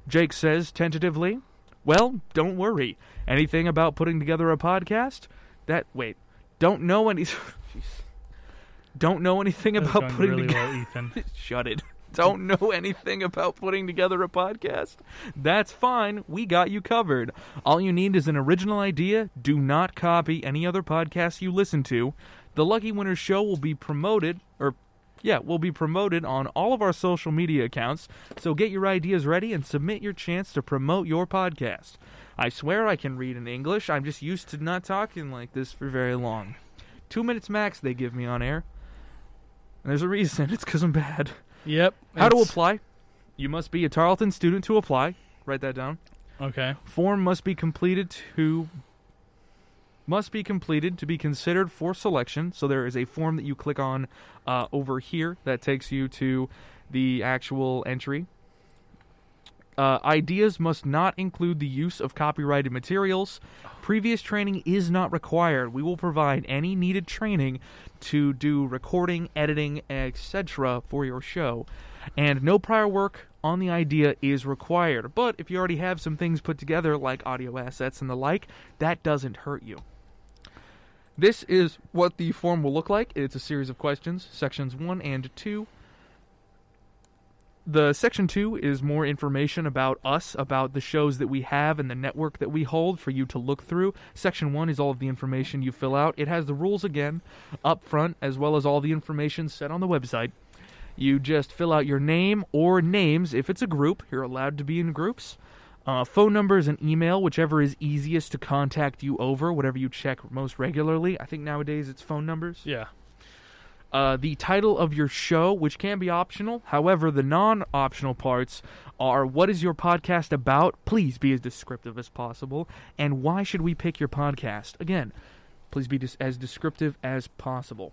[SPEAKER 1] Jake says tentatively, Well, don't worry. Anything about putting together a podcast? That, wait, don't know any. Jeez. don't know anything
[SPEAKER 2] That's
[SPEAKER 1] about
[SPEAKER 2] going
[SPEAKER 1] putting
[SPEAKER 2] really
[SPEAKER 1] together.
[SPEAKER 2] well, Ethan.
[SPEAKER 1] Shut it. Don't know anything about putting together a podcast? That's fine. We got you covered. All you need is an original idea. Do not copy any other podcasts you listen to. The Lucky Winner Show will be promoted, or yeah, will be promoted on all of our social media accounts. So get your ideas ready and submit your chance to promote your podcast. I swear I can read in English. I'm just used to not talking like this for very long. Two minutes max they give me on air. And there's a reason. It's because I'm bad.
[SPEAKER 2] Yep.
[SPEAKER 1] How to
[SPEAKER 2] it's-
[SPEAKER 1] apply? You must be a Tarleton student to apply. Write that down.
[SPEAKER 2] Okay.
[SPEAKER 1] Form must be completed to must be completed to be considered for selection. So there is a form that you click on uh, over here that takes you to the actual entry. Uh, ideas must not include the use of copyrighted materials. Previous training is not required. We will provide any needed training to do recording, editing, etc. for your show. And no prior work on the idea is required. But if you already have some things put together, like audio assets and the like, that doesn't hurt you. This is what the form will look like. It's a series of questions, sections 1 and 2. The section 2 is more information about us, about the shows that we have and the network that we hold for you to look through. Section 1 is all of the information you fill out. It has the rules again up front as well as all the information set on the website. You just fill out your name or names if it's a group. You're allowed to be in groups. Uh, phone numbers and email, whichever is easiest to contact you over, whatever you check most regularly. I think nowadays it's phone numbers.
[SPEAKER 2] Yeah.
[SPEAKER 1] Uh, the title of your show, which can be optional. However, the non optional parts are what is your podcast about? Please be as descriptive as possible. And why should we pick your podcast? Again, please be dis- as descriptive as possible.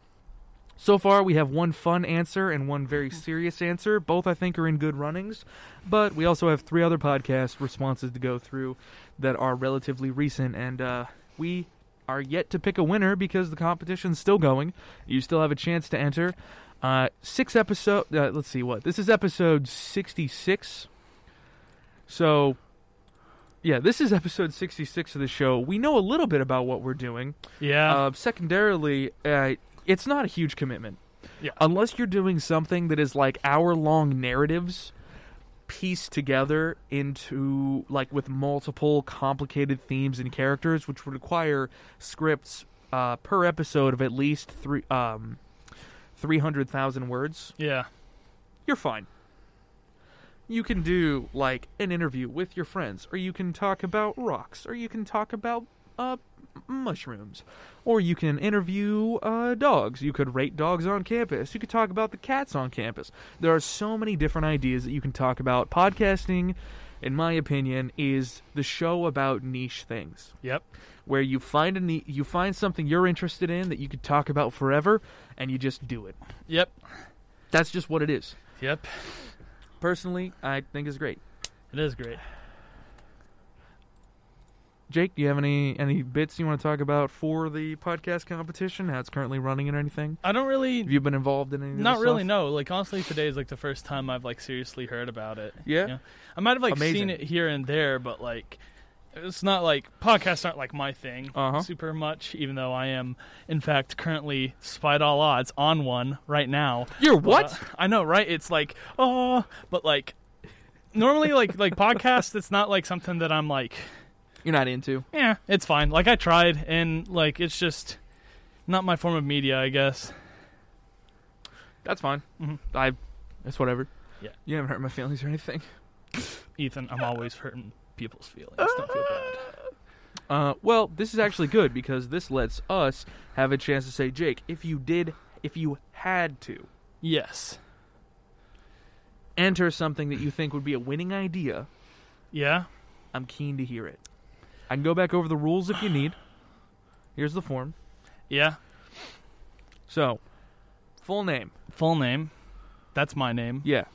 [SPEAKER 1] So far, we have one fun answer and one very serious answer. Both, I think, are in good runnings. But we also have three other podcast responses to go through that are relatively recent. And uh, we are yet to pick a winner because the competition's still going. You still have a chance to enter. Uh, six episode. Uh, let's see what this is. Episode sixty-six. So, yeah, this is episode sixty-six of the show. We know a little bit about what we're doing.
[SPEAKER 2] Yeah.
[SPEAKER 1] Uh, secondarily, uh, it's not a huge commitment.
[SPEAKER 2] Yeah.
[SPEAKER 1] Unless you're doing something that is like hour long narratives pieced together into like with multiple complicated themes and characters, which would require scripts uh, per episode of at least three um, three hundred thousand words
[SPEAKER 2] yeah.
[SPEAKER 1] you're fine. You can do like an interview with your friends, or you can talk about rocks, or you can talk about uh, m- mushrooms, or you can interview uh, dogs. You could rate dogs on campus. You could talk about the cats on campus. There are so many different ideas that you can talk about. Podcasting, in my opinion, is the show about niche things
[SPEAKER 2] Yep.
[SPEAKER 1] where you find a ni- you find something you're interested in that you could talk about forever, and you just do it.
[SPEAKER 2] Yep.
[SPEAKER 1] That's just what it is.
[SPEAKER 2] Yep.
[SPEAKER 1] Personally, I think it's great.
[SPEAKER 2] It is great.
[SPEAKER 1] Jake, do you have any any bits you want to talk about for the podcast competition? How it's currently running and anything?
[SPEAKER 2] I don't really
[SPEAKER 1] Have you been involved in any? Of this
[SPEAKER 2] Not really.
[SPEAKER 1] stuff?
[SPEAKER 2] No. Like honestly, today is like the first time I've like seriously heard about it.
[SPEAKER 1] Yeah?
[SPEAKER 2] I might have like
[SPEAKER 1] Amazing.
[SPEAKER 2] seen it here and there, but like it's not like podcasts aren't like my thing
[SPEAKER 1] Uh-huh.
[SPEAKER 2] super much. Even though I am, in fact, currently, despite all odds, on one right now.
[SPEAKER 1] You're what?
[SPEAKER 2] Uh, I know, right? It's like oh, but like normally, like like podcasts, it's not like something that I'm like
[SPEAKER 1] You're not into.
[SPEAKER 2] yeah, it's fine. Like I tried, and like it's just not my form of media, I guess.
[SPEAKER 1] That's fine.
[SPEAKER 2] Mhm.
[SPEAKER 1] I. It's whatever.
[SPEAKER 2] Yeah.
[SPEAKER 1] You haven't hurt my feelings or anything.
[SPEAKER 2] Ethan, I'm always hurting people's feelings. Don't feel bad.
[SPEAKER 1] Uh, well, this is actually good because this lets us have a chance to say, Jake, if you did, if you had to
[SPEAKER 2] Yes.
[SPEAKER 1] enter something that you think would be a winning idea,
[SPEAKER 2] Yeah.
[SPEAKER 1] I'm keen to hear it. I can go back over the rules if you need. Here's the form.
[SPEAKER 2] Yeah.
[SPEAKER 1] So, full name.
[SPEAKER 2] Full name. That's my name.
[SPEAKER 1] Yeah.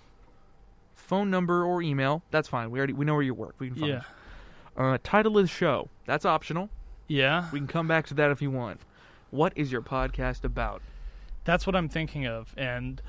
[SPEAKER 1] Phone number or email. That's fine. We already we know where you work. We can find.
[SPEAKER 2] Yeah.
[SPEAKER 1] you. Uh, title of the show. That's optional.
[SPEAKER 2] Yeah.
[SPEAKER 1] We can come back to that if you want. What is your podcast about?
[SPEAKER 2] That's what I'm thinking of, and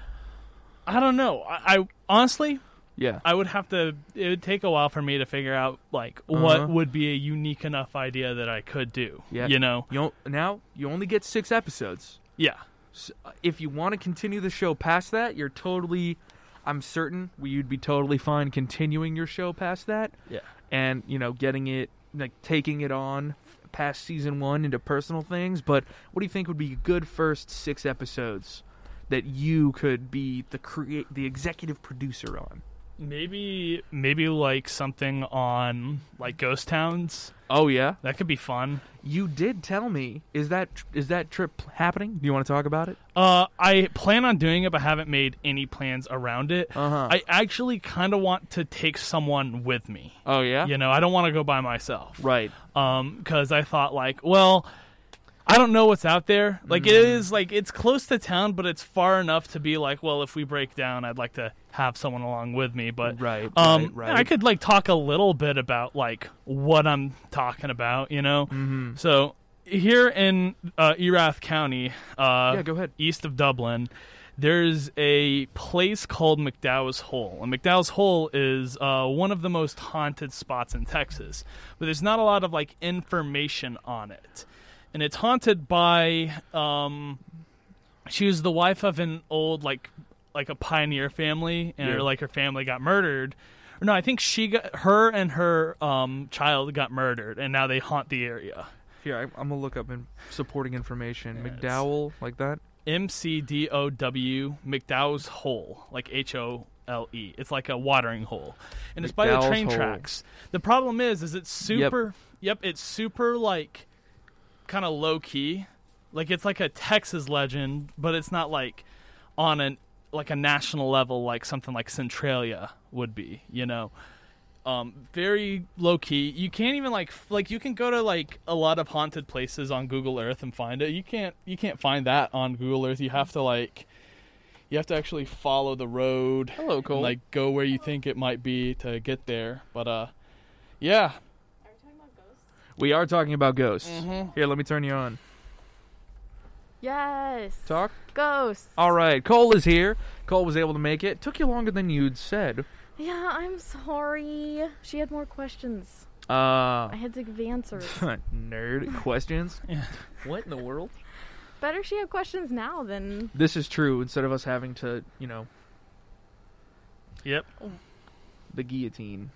[SPEAKER 2] I don't know. I, I honestly,
[SPEAKER 1] Yeah.
[SPEAKER 2] I would have to. It would take a while for me to figure out like what
[SPEAKER 1] Uh-huh.
[SPEAKER 2] would be a unique enough idea that I could do.
[SPEAKER 1] Yeah.
[SPEAKER 2] You know.
[SPEAKER 1] You don't- now you only get six episodes.
[SPEAKER 2] Yeah.
[SPEAKER 1] S- uh, If you want to continue the show past that, you're totally. I'm certain we- you'd be totally fine continuing your show past that,
[SPEAKER 2] Yeah.
[SPEAKER 1] and you know, getting it like taking it on f- past season one into personal things. But what do you think would be good first six episodes that you could be the create the executive producer on?
[SPEAKER 2] Maybe maybe like something on like ghost towns.
[SPEAKER 1] Oh yeah,
[SPEAKER 2] That could be fun.
[SPEAKER 1] you did tell me. Is that is that trip happening? Do you want to talk about it?
[SPEAKER 2] Uh, I plan on doing it, but haven't made any plans around it.
[SPEAKER 1] Uh-huh.
[SPEAKER 2] I actually kind of want to take someone with me.
[SPEAKER 1] Oh yeah,
[SPEAKER 2] You know, I don't want to go by myself.
[SPEAKER 1] right.
[SPEAKER 2] um because i thought like well i don't know what's out there like it
[SPEAKER 1] Mm.
[SPEAKER 2] is like it's close to town but it's far enough to be like well if we break down i'd like to have someone along with me but
[SPEAKER 1] Right,
[SPEAKER 2] um
[SPEAKER 1] right, right.
[SPEAKER 2] i could like talk a little bit about like what i'm talking about you know
[SPEAKER 1] Mm-hmm.
[SPEAKER 2] so here in uh, Erath County, uh,
[SPEAKER 1] Yeah, go ahead.
[SPEAKER 2] east of Dublin, there's a place called McDowell's Hole. And McDowell's Hole is uh, one of the most haunted spots in Texas, but there's not a lot of like information on it. And it's haunted by um, she was the wife of an old like like a pioneer family, and
[SPEAKER 1] Yeah.
[SPEAKER 2] her, like her family got murdered. Or no, I think she got her and her um, child got murdered, and now they haunt the area.
[SPEAKER 1] Here, I, I'm gonna look up in supporting information.
[SPEAKER 2] Yeah, it's-
[SPEAKER 1] McDowell, like that.
[SPEAKER 2] M C D O W McDowell's Hole, like H O L E. It's like a watering hole, and it's by the
[SPEAKER 1] McDowell's
[SPEAKER 2] train
[SPEAKER 1] Hole.
[SPEAKER 2] tracks. The problem is, is it's super. Yep, it's super like kind of low key. Like it's like a Texas legend, but it's not like on an like a national level, like something like Centralia would be. You know. Um, very low key. You can't even like f- like you can go to like a lot of haunted places on Google Earth and find it. You can't you can't find that on Google Earth. You have to like you have to actually follow the road.
[SPEAKER 1] Hello, Cole.
[SPEAKER 2] And, like go where you think it might be to get there. But uh, yeah,
[SPEAKER 3] Are we talking about ghosts?
[SPEAKER 1] We are talking about ghosts. Here, let me turn you on.
[SPEAKER 3] Yes.
[SPEAKER 1] Talk.
[SPEAKER 3] Ghosts.
[SPEAKER 1] All right, Cole is here. Cole was able to make it. Took you longer than you'd said.
[SPEAKER 3] Yeah, I'm sorry. She had more questions.
[SPEAKER 1] Uh,
[SPEAKER 3] I had to give answers.
[SPEAKER 1] nerd questions. What in the world?
[SPEAKER 3] Better she have questions now than
[SPEAKER 1] This is true. Instead of us having to, you know,
[SPEAKER 2] yep.
[SPEAKER 1] the guillotine.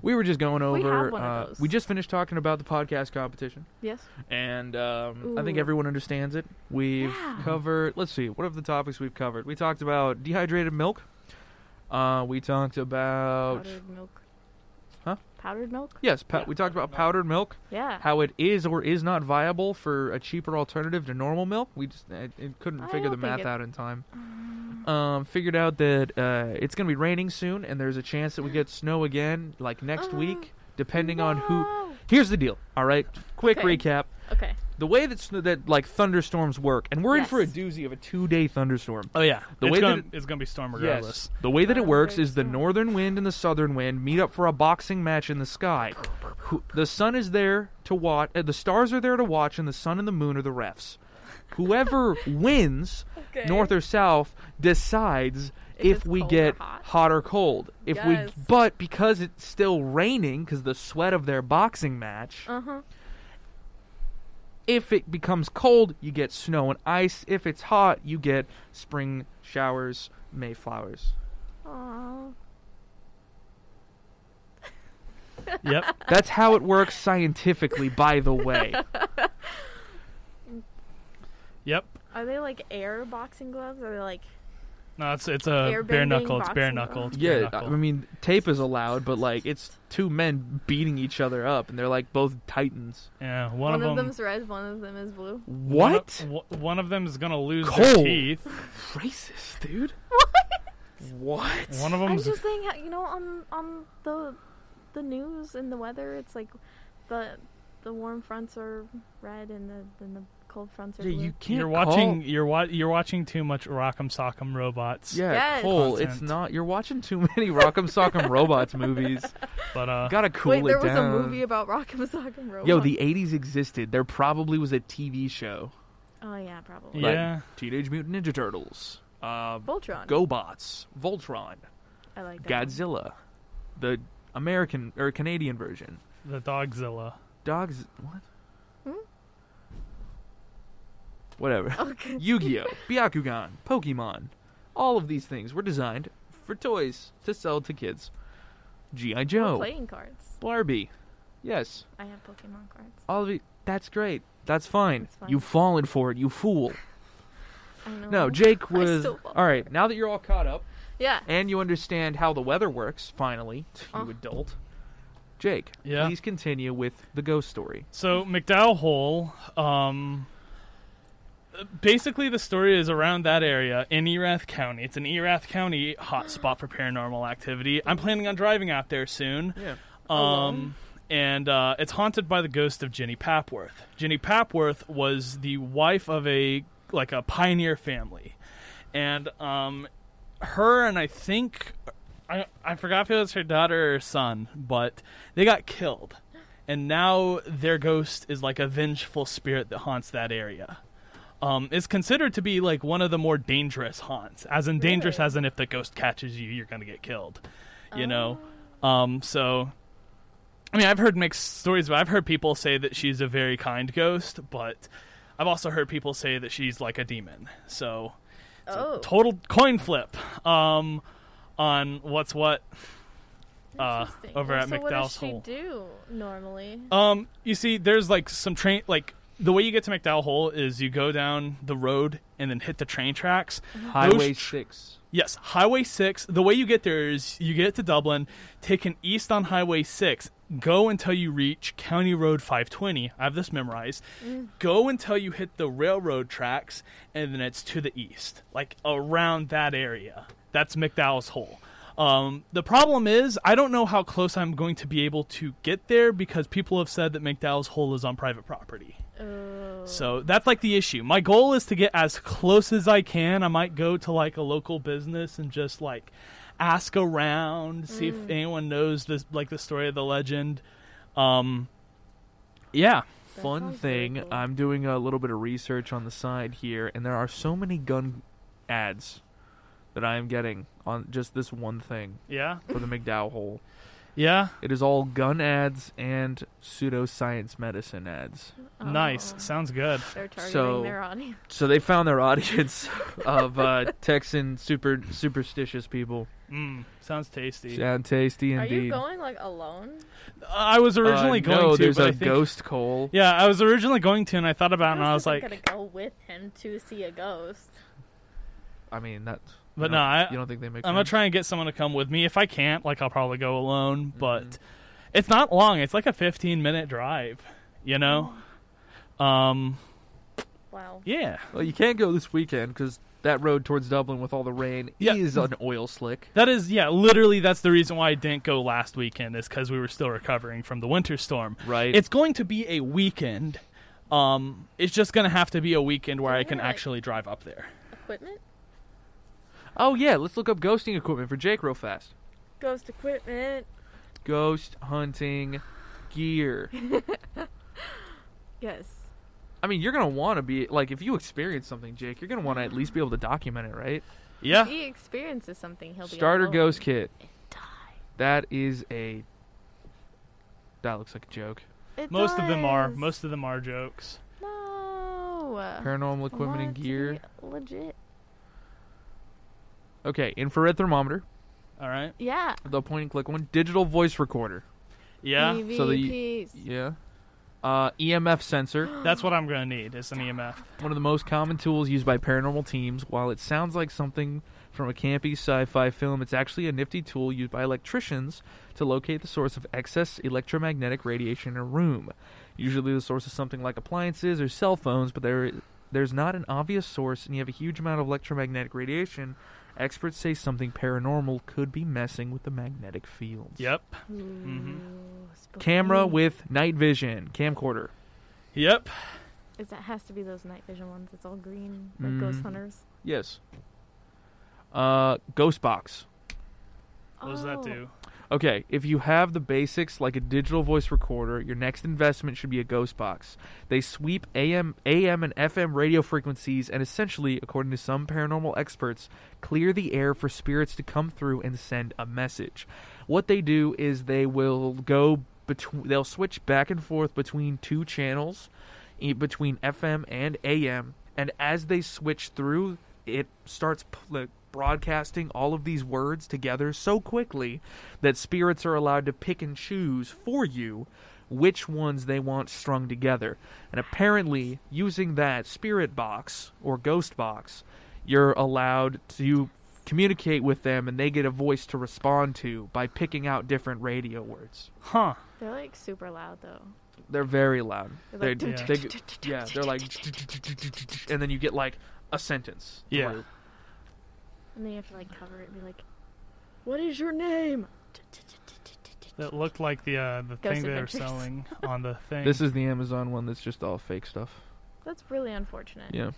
[SPEAKER 1] We were just going
[SPEAKER 3] We have
[SPEAKER 1] over.
[SPEAKER 3] one of
[SPEAKER 1] uh,
[SPEAKER 3] those.
[SPEAKER 1] we just finished talking about the podcast competition.
[SPEAKER 3] yes.
[SPEAKER 1] and um, I think
[SPEAKER 3] Ooh.
[SPEAKER 1] everyone understands it. We've
[SPEAKER 3] Yeah.
[SPEAKER 1] covered. Let's see, what are the topics we've covered? We talked about dehydrated milk. Uh, we talked about
[SPEAKER 3] Powdered milk.
[SPEAKER 1] Huh?
[SPEAKER 3] Powdered milk?
[SPEAKER 1] yes, pa- we talked about powdered milk,
[SPEAKER 3] Yeah.
[SPEAKER 1] how it is or is not viable for a cheaper alternative to normal milk. We just I, I couldn't
[SPEAKER 3] I
[SPEAKER 1] figure the
[SPEAKER 3] don't think
[SPEAKER 1] math
[SPEAKER 3] it's-
[SPEAKER 1] out in time. Um, figured out that uh, it's gonna be raining soon, and there's a chance that we get snow again, like next
[SPEAKER 3] Oh,
[SPEAKER 1] week, depending on who.
[SPEAKER 3] No.
[SPEAKER 1] Here's the deal. All right, quick
[SPEAKER 3] Okay.
[SPEAKER 1] recap.
[SPEAKER 3] Okay.
[SPEAKER 1] the way that sn- that like thunderstorms work, and we're in for a
[SPEAKER 3] Yes.
[SPEAKER 1] doozy of a two day thunderstorm.
[SPEAKER 2] Oh yeah,
[SPEAKER 1] The
[SPEAKER 2] it's
[SPEAKER 1] way that
[SPEAKER 2] gonna,
[SPEAKER 1] it-
[SPEAKER 2] it's gonna be storm regardless.
[SPEAKER 1] The way that it works is the
[SPEAKER 3] Thunderstorm.
[SPEAKER 1] northern wind and the southern wind meet up for a boxing match in the sky. Who- The sun is there to watch. Uh, the stars are there to watch, and the sun and the moon are the refs. Whoever wins,
[SPEAKER 3] Okay.
[SPEAKER 1] north or south, decides
[SPEAKER 3] If
[SPEAKER 1] if
[SPEAKER 3] it's
[SPEAKER 1] we
[SPEAKER 3] cold or
[SPEAKER 1] get
[SPEAKER 3] hot.
[SPEAKER 1] or cold. If
[SPEAKER 3] Yes.
[SPEAKER 1] we, but because it's still raining, because the sweat of their boxing match.
[SPEAKER 3] Uh huh.
[SPEAKER 1] If it becomes cold, you get snow and ice. If it's hot, you get spring showers, Mayflowers.
[SPEAKER 3] Aww.
[SPEAKER 2] Yep.
[SPEAKER 1] That's how it works scientifically, by the way.
[SPEAKER 2] Yep.
[SPEAKER 3] Are they like air boxing gloves? Are they like
[SPEAKER 2] No, it's it's a bare
[SPEAKER 3] Airbending,
[SPEAKER 2] knuckle. It's bare
[SPEAKER 3] boxing
[SPEAKER 2] knuckle.
[SPEAKER 3] gloves.
[SPEAKER 2] It's bare
[SPEAKER 1] Yeah, I
[SPEAKER 2] knuckle.
[SPEAKER 1] mean, tape is allowed, but like, it's two men beating each other up, and they're like both titans.
[SPEAKER 2] yeah. One,
[SPEAKER 3] one,
[SPEAKER 2] of,
[SPEAKER 3] of
[SPEAKER 2] them.
[SPEAKER 3] them's red, one of them is blue?
[SPEAKER 2] one of-
[SPEAKER 1] What?
[SPEAKER 2] w- One of them is gonna lose
[SPEAKER 1] Cold.
[SPEAKER 2] their teeth.
[SPEAKER 1] Racist, dude.
[SPEAKER 3] What?
[SPEAKER 1] What?
[SPEAKER 2] One of
[SPEAKER 3] I'm
[SPEAKER 2] them's
[SPEAKER 3] just saying, you know, on on the the news and the weather, it's like the the warm fronts are red and the and the cold fronts are
[SPEAKER 1] Yeah,
[SPEAKER 3] blue.
[SPEAKER 1] you can't.
[SPEAKER 2] you're
[SPEAKER 1] call-
[SPEAKER 2] watching you're wa- you're watching too much Rock'em Sock'em Robots.
[SPEAKER 1] Yeah,
[SPEAKER 3] Yes.
[SPEAKER 1] Cole, it's
[SPEAKER 2] Content.
[SPEAKER 1] not. You're watching too many Rock'em Sock'em Robots movies.
[SPEAKER 2] But uh,
[SPEAKER 1] Gotta cool
[SPEAKER 3] Wait,
[SPEAKER 1] it
[SPEAKER 3] there was
[SPEAKER 1] down.
[SPEAKER 3] a movie about Rock'em Sock'em Robots.
[SPEAKER 1] Yo, the 80s existed. There probably was a TV show.
[SPEAKER 3] oh yeah, probably.
[SPEAKER 1] Like
[SPEAKER 2] Yeah.
[SPEAKER 1] Teenage Mutant Ninja Turtles. uh,
[SPEAKER 3] Voltron.
[SPEAKER 1] GoBots, Voltron,
[SPEAKER 3] I like that. one.
[SPEAKER 1] Godzilla, the American or Canadian version.
[SPEAKER 4] The Dogzilla.
[SPEAKER 1] Dogs. What?
[SPEAKER 3] Hmm?
[SPEAKER 1] Whatever.
[SPEAKER 3] Okay.
[SPEAKER 1] Yu-Gi-Oh, Byakugan, Pokemon, all of these things were designed for toys to sell to kids. GI
[SPEAKER 3] Or
[SPEAKER 1] Joe,
[SPEAKER 3] Playing cards.
[SPEAKER 1] Barbie, yes,
[SPEAKER 3] I have Pokemon cards.
[SPEAKER 1] all of it. That's great. That's fine.
[SPEAKER 3] That's fine.
[SPEAKER 1] You've fallen for it, you fool.
[SPEAKER 3] I know.
[SPEAKER 1] No, Jake
[SPEAKER 3] I
[SPEAKER 1] was
[SPEAKER 3] still fall
[SPEAKER 1] all right. Now that you're all caught up
[SPEAKER 3] Yeah.
[SPEAKER 1] and you understand how the weather works, finally, you
[SPEAKER 3] Uh.
[SPEAKER 1] adult. Jake,
[SPEAKER 2] Yeah.
[SPEAKER 1] please continue with the ghost story.
[SPEAKER 2] So McDowell Hole, um, basically the story is around that area in Erath County. It's an Erath County hotspot for paranormal activity. I'm planning on driving out there soon.
[SPEAKER 1] Yeah.
[SPEAKER 2] Um, and uh, it's haunted by the ghost of Jenny Papworth. Jenny Papworth was the wife of a like a pioneer family, and um, her and I think I I forgot if it was her daughter or son, but they got killed, and now their ghost is like a vengeful spirit that haunts that area. Um, it's considered to be like one of the more dangerous haunts, as in dangerous
[SPEAKER 3] Really?
[SPEAKER 2] as in if the ghost catches you, you're gonna get killed. You
[SPEAKER 3] Oh.
[SPEAKER 2] know, um, so, I mean, I've heard mixed stories, but I've heard people say that she's a very kind ghost, but I've also heard people say that she's like a demon. So, it's a
[SPEAKER 3] Oh.
[SPEAKER 2] total coin flip um, on what's what. uh,
[SPEAKER 3] Interesting.
[SPEAKER 2] over
[SPEAKER 3] Well,
[SPEAKER 2] at
[SPEAKER 3] so what does
[SPEAKER 2] McDowell's
[SPEAKER 3] she
[SPEAKER 2] Hole.
[SPEAKER 3] do normally?
[SPEAKER 2] Um, you see, there's like some train, like the way you get to McDowell Hole is you go down the road and then hit the train tracks.
[SPEAKER 1] Highway
[SPEAKER 2] Those-
[SPEAKER 1] six.
[SPEAKER 2] Yes, Highway 6. The way you get there is you get to Dublin, take an east on Highway 6, go until you reach County Road 520. I have this memorized. Go until you hit the railroad tracks, and then it's to the east, like around that area. That's McDowell's Hole. Um, the problem is, I don't know how close I'm going to be able to get there because people have said that McDowell's Hole is on private property.
[SPEAKER 3] Oh.
[SPEAKER 2] So that's like the issue. My goal is to get as close as I can. I might go to like a local business and just like ask around, see if anyone knows this like the story of the legend. Um yeah.
[SPEAKER 3] That
[SPEAKER 1] fun
[SPEAKER 3] sounds really
[SPEAKER 1] thing
[SPEAKER 3] cool.
[SPEAKER 1] i'm doing a little bit of research on the side here and there are so many gun ads that i am getting on just this one thing
[SPEAKER 2] Yeah.
[SPEAKER 1] for the mcdowell hole
[SPEAKER 2] Yeah.
[SPEAKER 1] it is all gun ads and pseudoscience medicine ads
[SPEAKER 2] Nice.
[SPEAKER 3] Oh.
[SPEAKER 2] Sounds good.
[SPEAKER 3] They're targeting
[SPEAKER 1] So-
[SPEAKER 3] their audience.
[SPEAKER 1] so they found their audience of uh, texan super superstitious people
[SPEAKER 2] Mm, sounds tasty.
[SPEAKER 1] sound tasty
[SPEAKER 3] Are
[SPEAKER 1] indeed
[SPEAKER 3] you going like alone?
[SPEAKER 2] I was
[SPEAKER 1] Uh,
[SPEAKER 2] originally going
[SPEAKER 1] no,
[SPEAKER 2] to
[SPEAKER 1] there's
[SPEAKER 2] but
[SPEAKER 1] a
[SPEAKER 2] I think-
[SPEAKER 1] ghost cole
[SPEAKER 2] Yeah, I was originally going to and I thought about it and I was
[SPEAKER 3] just
[SPEAKER 2] like
[SPEAKER 3] gonna go with him to see a ghost.
[SPEAKER 1] i mean that you
[SPEAKER 2] But
[SPEAKER 1] know,
[SPEAKER 2] no, I-
[SPEAKER 1] you don't think they make
[SPEAKER 2] I'm gonna
[SPEAKER 1] sense?
[SPEAKER 2] try and get someone to come with me. If I can't, like I'll probably go alone.
[SPEAKER 1] Mm-hmm.
[SPEAKER 2] But it's not long. It's like a 15 minute drive. You know. Um.
[SPEAKER 3] Oh, Wow.
[SPEAKER 2] Yeah.
[SPEAKER 1] Well, you can't go this weekend because that road towards Dublin with all the rain
[SPEAKER 2] Yeah.
[SPEAKER 1] is an oil slick.
[SPEAKER 2] That is. Yeah. Literally, that's the reason why I didn't go last weekend is because we were still recovering from the winter storm.
[SPEAKER 1] Right.
[SPEAKER 2] It's going to be a weekend. Um. It's just gonna have to be a weekend where
[SPEAKER 3] Do
[SPEAKER 2] I
[SPEAKER 3] you
[SPEAKER 2] can
[SPEAKER 3] have, like-
[SPEAKER 2] actually drive up there.
[SPEAKER 3] Equipment?
[SPEAKER 1] oh yeah, let's look up ghosting equipment for Jake real fast.
[SPEAKER 3] Ghost equipment.
[SPEAKER 1] Ghost hunting gear.
[SPEAKER 3] Yes.
[SPEAKER 1] I mean, you're gonna want to be like if you experience something, Jake. You're gonna want to at least be able to document it, right?
[SPEAKER 2] Yeah.
[SPEAKER 3] If he experiences something, he'll be
[SPEAKER 1] Starter
[SPEAKER 3] alone.
[SPEAKER 1] ghost kit.
[SPEAKER 3] Die.
[SPEAKER 1] That is a. That looks like a joke.
[SPEAKER 3] It
[SPEAKER 2] Most of them are.
[SPEAKER 3] does.
[SPEAKER 2] Most of them are jokes.
[SPEAKER 3] No.
[SPEAKER 1] Paranormal equipment and
[SPEAKER 3] Want to
[SPEAKER 1] gear.
[SPEAKER 3] be Legit.
[SPEAKER 1] Okay, infrared thermometer,
[SPEAKER 2] All right.
[SPEAKER 3] Yeah.
[SPEAKER 1] the point and click one, digital voice recorder.
[SPEAKER 2] Yeah.
[SPEAKER 3] EVPs.
[SPEAKER 1] So the- Yeah. Uh, EMF sensor.
[SPEAKER 2] That's what I'm gonna need. Is an E EMF.
[SPEAKER 1] one of the most common tools used by paranormal teams. While it sounds like something from a campy sci fi film, it's actually a nifty tool used by electricians to locate the source of excess electromagnetic radiation in a room. Usually, the source is something like appliances or cell phones, but there, there's not an obvious source, and you have a huge amount of electromagnetic radiation. Experts say something paranormal could be messing with the magnetic fields.
[SPEAKER 2] Yep.
[SPEAKER 3] Ooh, spooky.
[SPEAKER 1] Camera with night vision, camcorder.
[SPEAKER 2] Yep.
[SPEAKER 3] Is that has to be those night vision ones? It's all green, like ghost
[SPEAKER 1] Mm.
[SPEAKER 3] hunters.
[SPEAKER 1] Yes. Uh, ghost box.
[SPEAKER 2] What does that
[SPEAKER 3] Oh.
[SPEAKER 2] do?
[SPEAKER 1] Okay, if you have the basics like a digital voice recorder, your next investment should be a ghost box. They sweep AM, AM and FM radio frequencies and essentially, according to some paranormal experts, clear the air for spirits to come through and send a message. What they do is they will go between they'll switch back and forth between two channels i- between FM and AM, and as they switch through, it starts p- like, broadcasting all of these words together so quickly that spirits are allowed to pick and choose for you which ones they want strung together. And apparently, using that spirit box or ghost box, you're allowed to communicate with them and they get a voice to respond to by picking out different radio words.
[SPEAKER 2] Huh.
[SPEAKER 3] They're like super loud though.
[SPEAKER 1] They're very loud.
[SPEAKER 3] They're like,
[SPEAKER 1] They're-
[SPEAKER 2] Yeah.
[SPEAKER 1] they g- yeah, they're like, and then you get like a sentence.
[SPEAKER 2] Yeah.
[SPEAKER 1] through.
[SPEAKER 3] And then you have to like cover it and be like, "What is your name?"
[SPEAKER 2] That looked like the uh, the thing they were
[SPEAKER 3] Adventures.
[SPEAKER 2] selling on the thing.
[SPEAKER 1] This is the Amazon one that's just all fake stuff.
[SPEAKER 3] That's really unfortunate.
[SPEAKER 1] Yeah.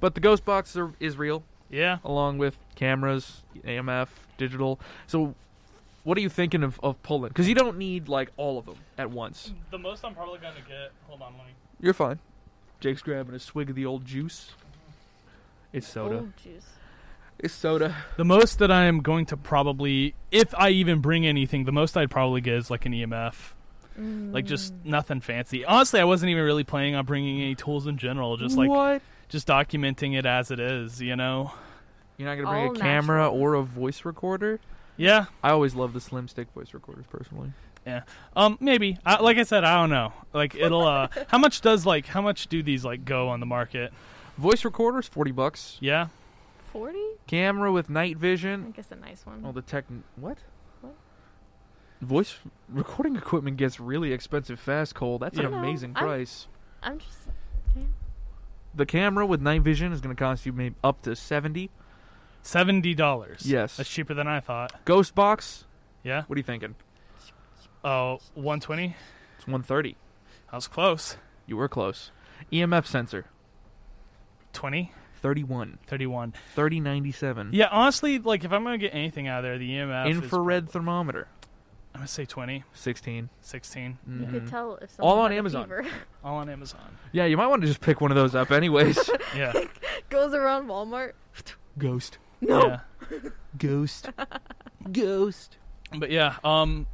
[SPEAKER 1] But the ghost box are, is real,
[SPEAKER 2] yeah.
[SPEAKER 1] along with cameras, AMF, digital. So, what are you thinking of, of pulling? Because you don't need like all of them at once.
[SPEAKER 2] The most I'm probably gonna get. Hold on, let me.
[SPEAKER 1] You're fine. Jake's grabbing a swig of the old juice. It's soda.
[SPEAKER 3] Old juice.
[SPEAKER 1] Oh. It's soda.
[SPEAKER 2] The most that I am going to probably, if I even bring anything, the most I'd probably get is like an EMF,
[SPEAKER 3] Oh,
[SPEAKER 2] like just
[SPEAKER 3] Mm.
[SPEAKER 2] nothing fancy. Honestly, I wasn't even really planning on bringing any tools in general. Just like
[SPEAKER 1] what?
[SPEAKER 2] just documenting it as it is, you know.
[SPEAKER 1] You're not gonna bring
[SPEAKER 3] All
[SPEAKER 1] a camera or a voice recorder.
[SPEAKER 2] Yeah.
[SPEAKER 1] I always love the slim stick voice recorders personally.
[SPEAKER 2] Um. Maybe. I, like I said, I don't know. Like it'll. uh How much does like how much do these like go on the market?
[SPEAKER 1] Voice recorders, forty bucks.
[SPEAKER 2] Yeah.
[SPEAKER 3] forty.
[SPEAKER 1] Camera with night
[SPEAKER 3] I
[SPEAKER 1] vision.
[SPEAKER 3] guess a nice one.
[SPEAKER 1] Oh, the tech. What?
[SPEAKER 3] What?
[SPEAKER 1] Voice recording equipment gets really expensive fast, Cole. That's
[SPEAKER 3] I
[SPEAKER 1] an
[SPEAKER 3] know.
[SPEAKER 1] amazing
[SPEAKER 3] I'm-
[SPEAKER 1] price.
[SPEAKER 3] I'm just.
[SPEAKER 1] Mm-hmm. The camera with night vision is going to cost you maybe up to seventy.
[SPEAKER 2] Seventy dollars.
[SPEAKER 1] Yes.
[SPEAKER 2] That's cheaper than I thought.
[SPEAKER 1] Ghost box.
[SPEAKER 2] Yeah.
[SPEAKER 1] What are you thinking?
[SPEAKER 2] Oh, 120.
[SPEAKER 1] It's one thirty.
[SPEAKER 2] I was close.
[SPEAKER 1] You were close. EMF sensor.
[SPEAKER 2] 20,
[SPEAKER 1] 31
[SPEAKER 2] 31.
[SPEAKER 1] 3097
[SPEAKER 3] E
[SPEAKER 2] Yeah, honestly, like if I'm gonna get anything out of there, the EMF. is-
[SPEAKER 1] infrared thermometer
[SPEAKER 2] I'm gonna say 20,
[SPEAKER 1] 16
[SPEAKER 2] 16.
[SPEAKER 3] You could
[SPEAKER 1] Mhm.
[SPEAKER 3] tell if
[SPEAKER 1] All
[SPEAKER 3] someone
[SPEAKER 1] on
[SPEAKER 3] had a
[SPEAKER 1] Amazon.
[SPEAKER 3] fever.
[SPEAKER 2] All on Amazon.
[SPEAKER 1] yeah you might want to just pick one of those up anyways
[SPEAKER 2] Yeah.
[SPEAKER 3] Goes around Walmart.
[SPEAKER 1] ghost
[SPEAKER 3] No.
[SPEAKER 2] Yeah.
[SPEAKER 1] ghost ghost
[SPEAKER 2] But yeah, um,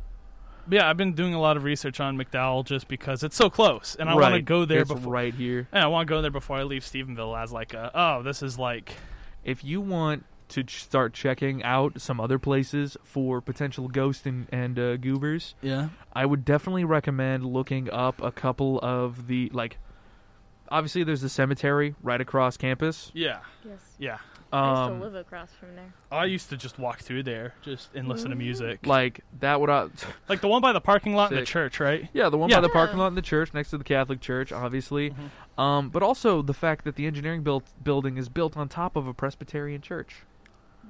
[SPEAKER 2] but yeah, I've been doing a lot of research on McDowell just because it's so close, and I want to
[SPEAKER 1] Right.
[SPEAKER 2] go there
[SPEAKER 1] It's
[SPEAKER 2] before.
[SPEAKER 1] right here
[SPEAKER 2] And I want to go there before I leave Stephenville as like, a, oh, this is like,
[SPEAKER 1] if you want to ch- start checking out some other places for potential ghosts and, and uh, goobers
[SPEAKER 2] yeah,
[SPEAKER 1] i would definitely recommend looking up a couple of the like obviously there's the cemetery right across campus
[SPEAKER 2] yeah,
[SPEAKER 3] Yes.
[SPEAKER 2] yeah.
[SPEAKER 3] I used
[SPEAKER 1] um,
[SPEAKER 3] to live across from there.
[SPEAKER 2] I used to just walk through there just and listen to music, like,
[SPEAKER 1] like that would I,
[SPEAKER 2] the one by the parking lot and the
[SPEAKER 1] Sick.
[SPEAKER 2] church, right?
[SPEAKER 1] Yeah, the one
[SPEAKER 2] Yeah.
[SPEAKER 1] by the parking
[SPEAKER 3] Yeah.
[SPEAKER 1] lot in the church, next to the Catholic church, obviously. Um, but also the fact that the engineering built building is built on top of a Presbyterian church.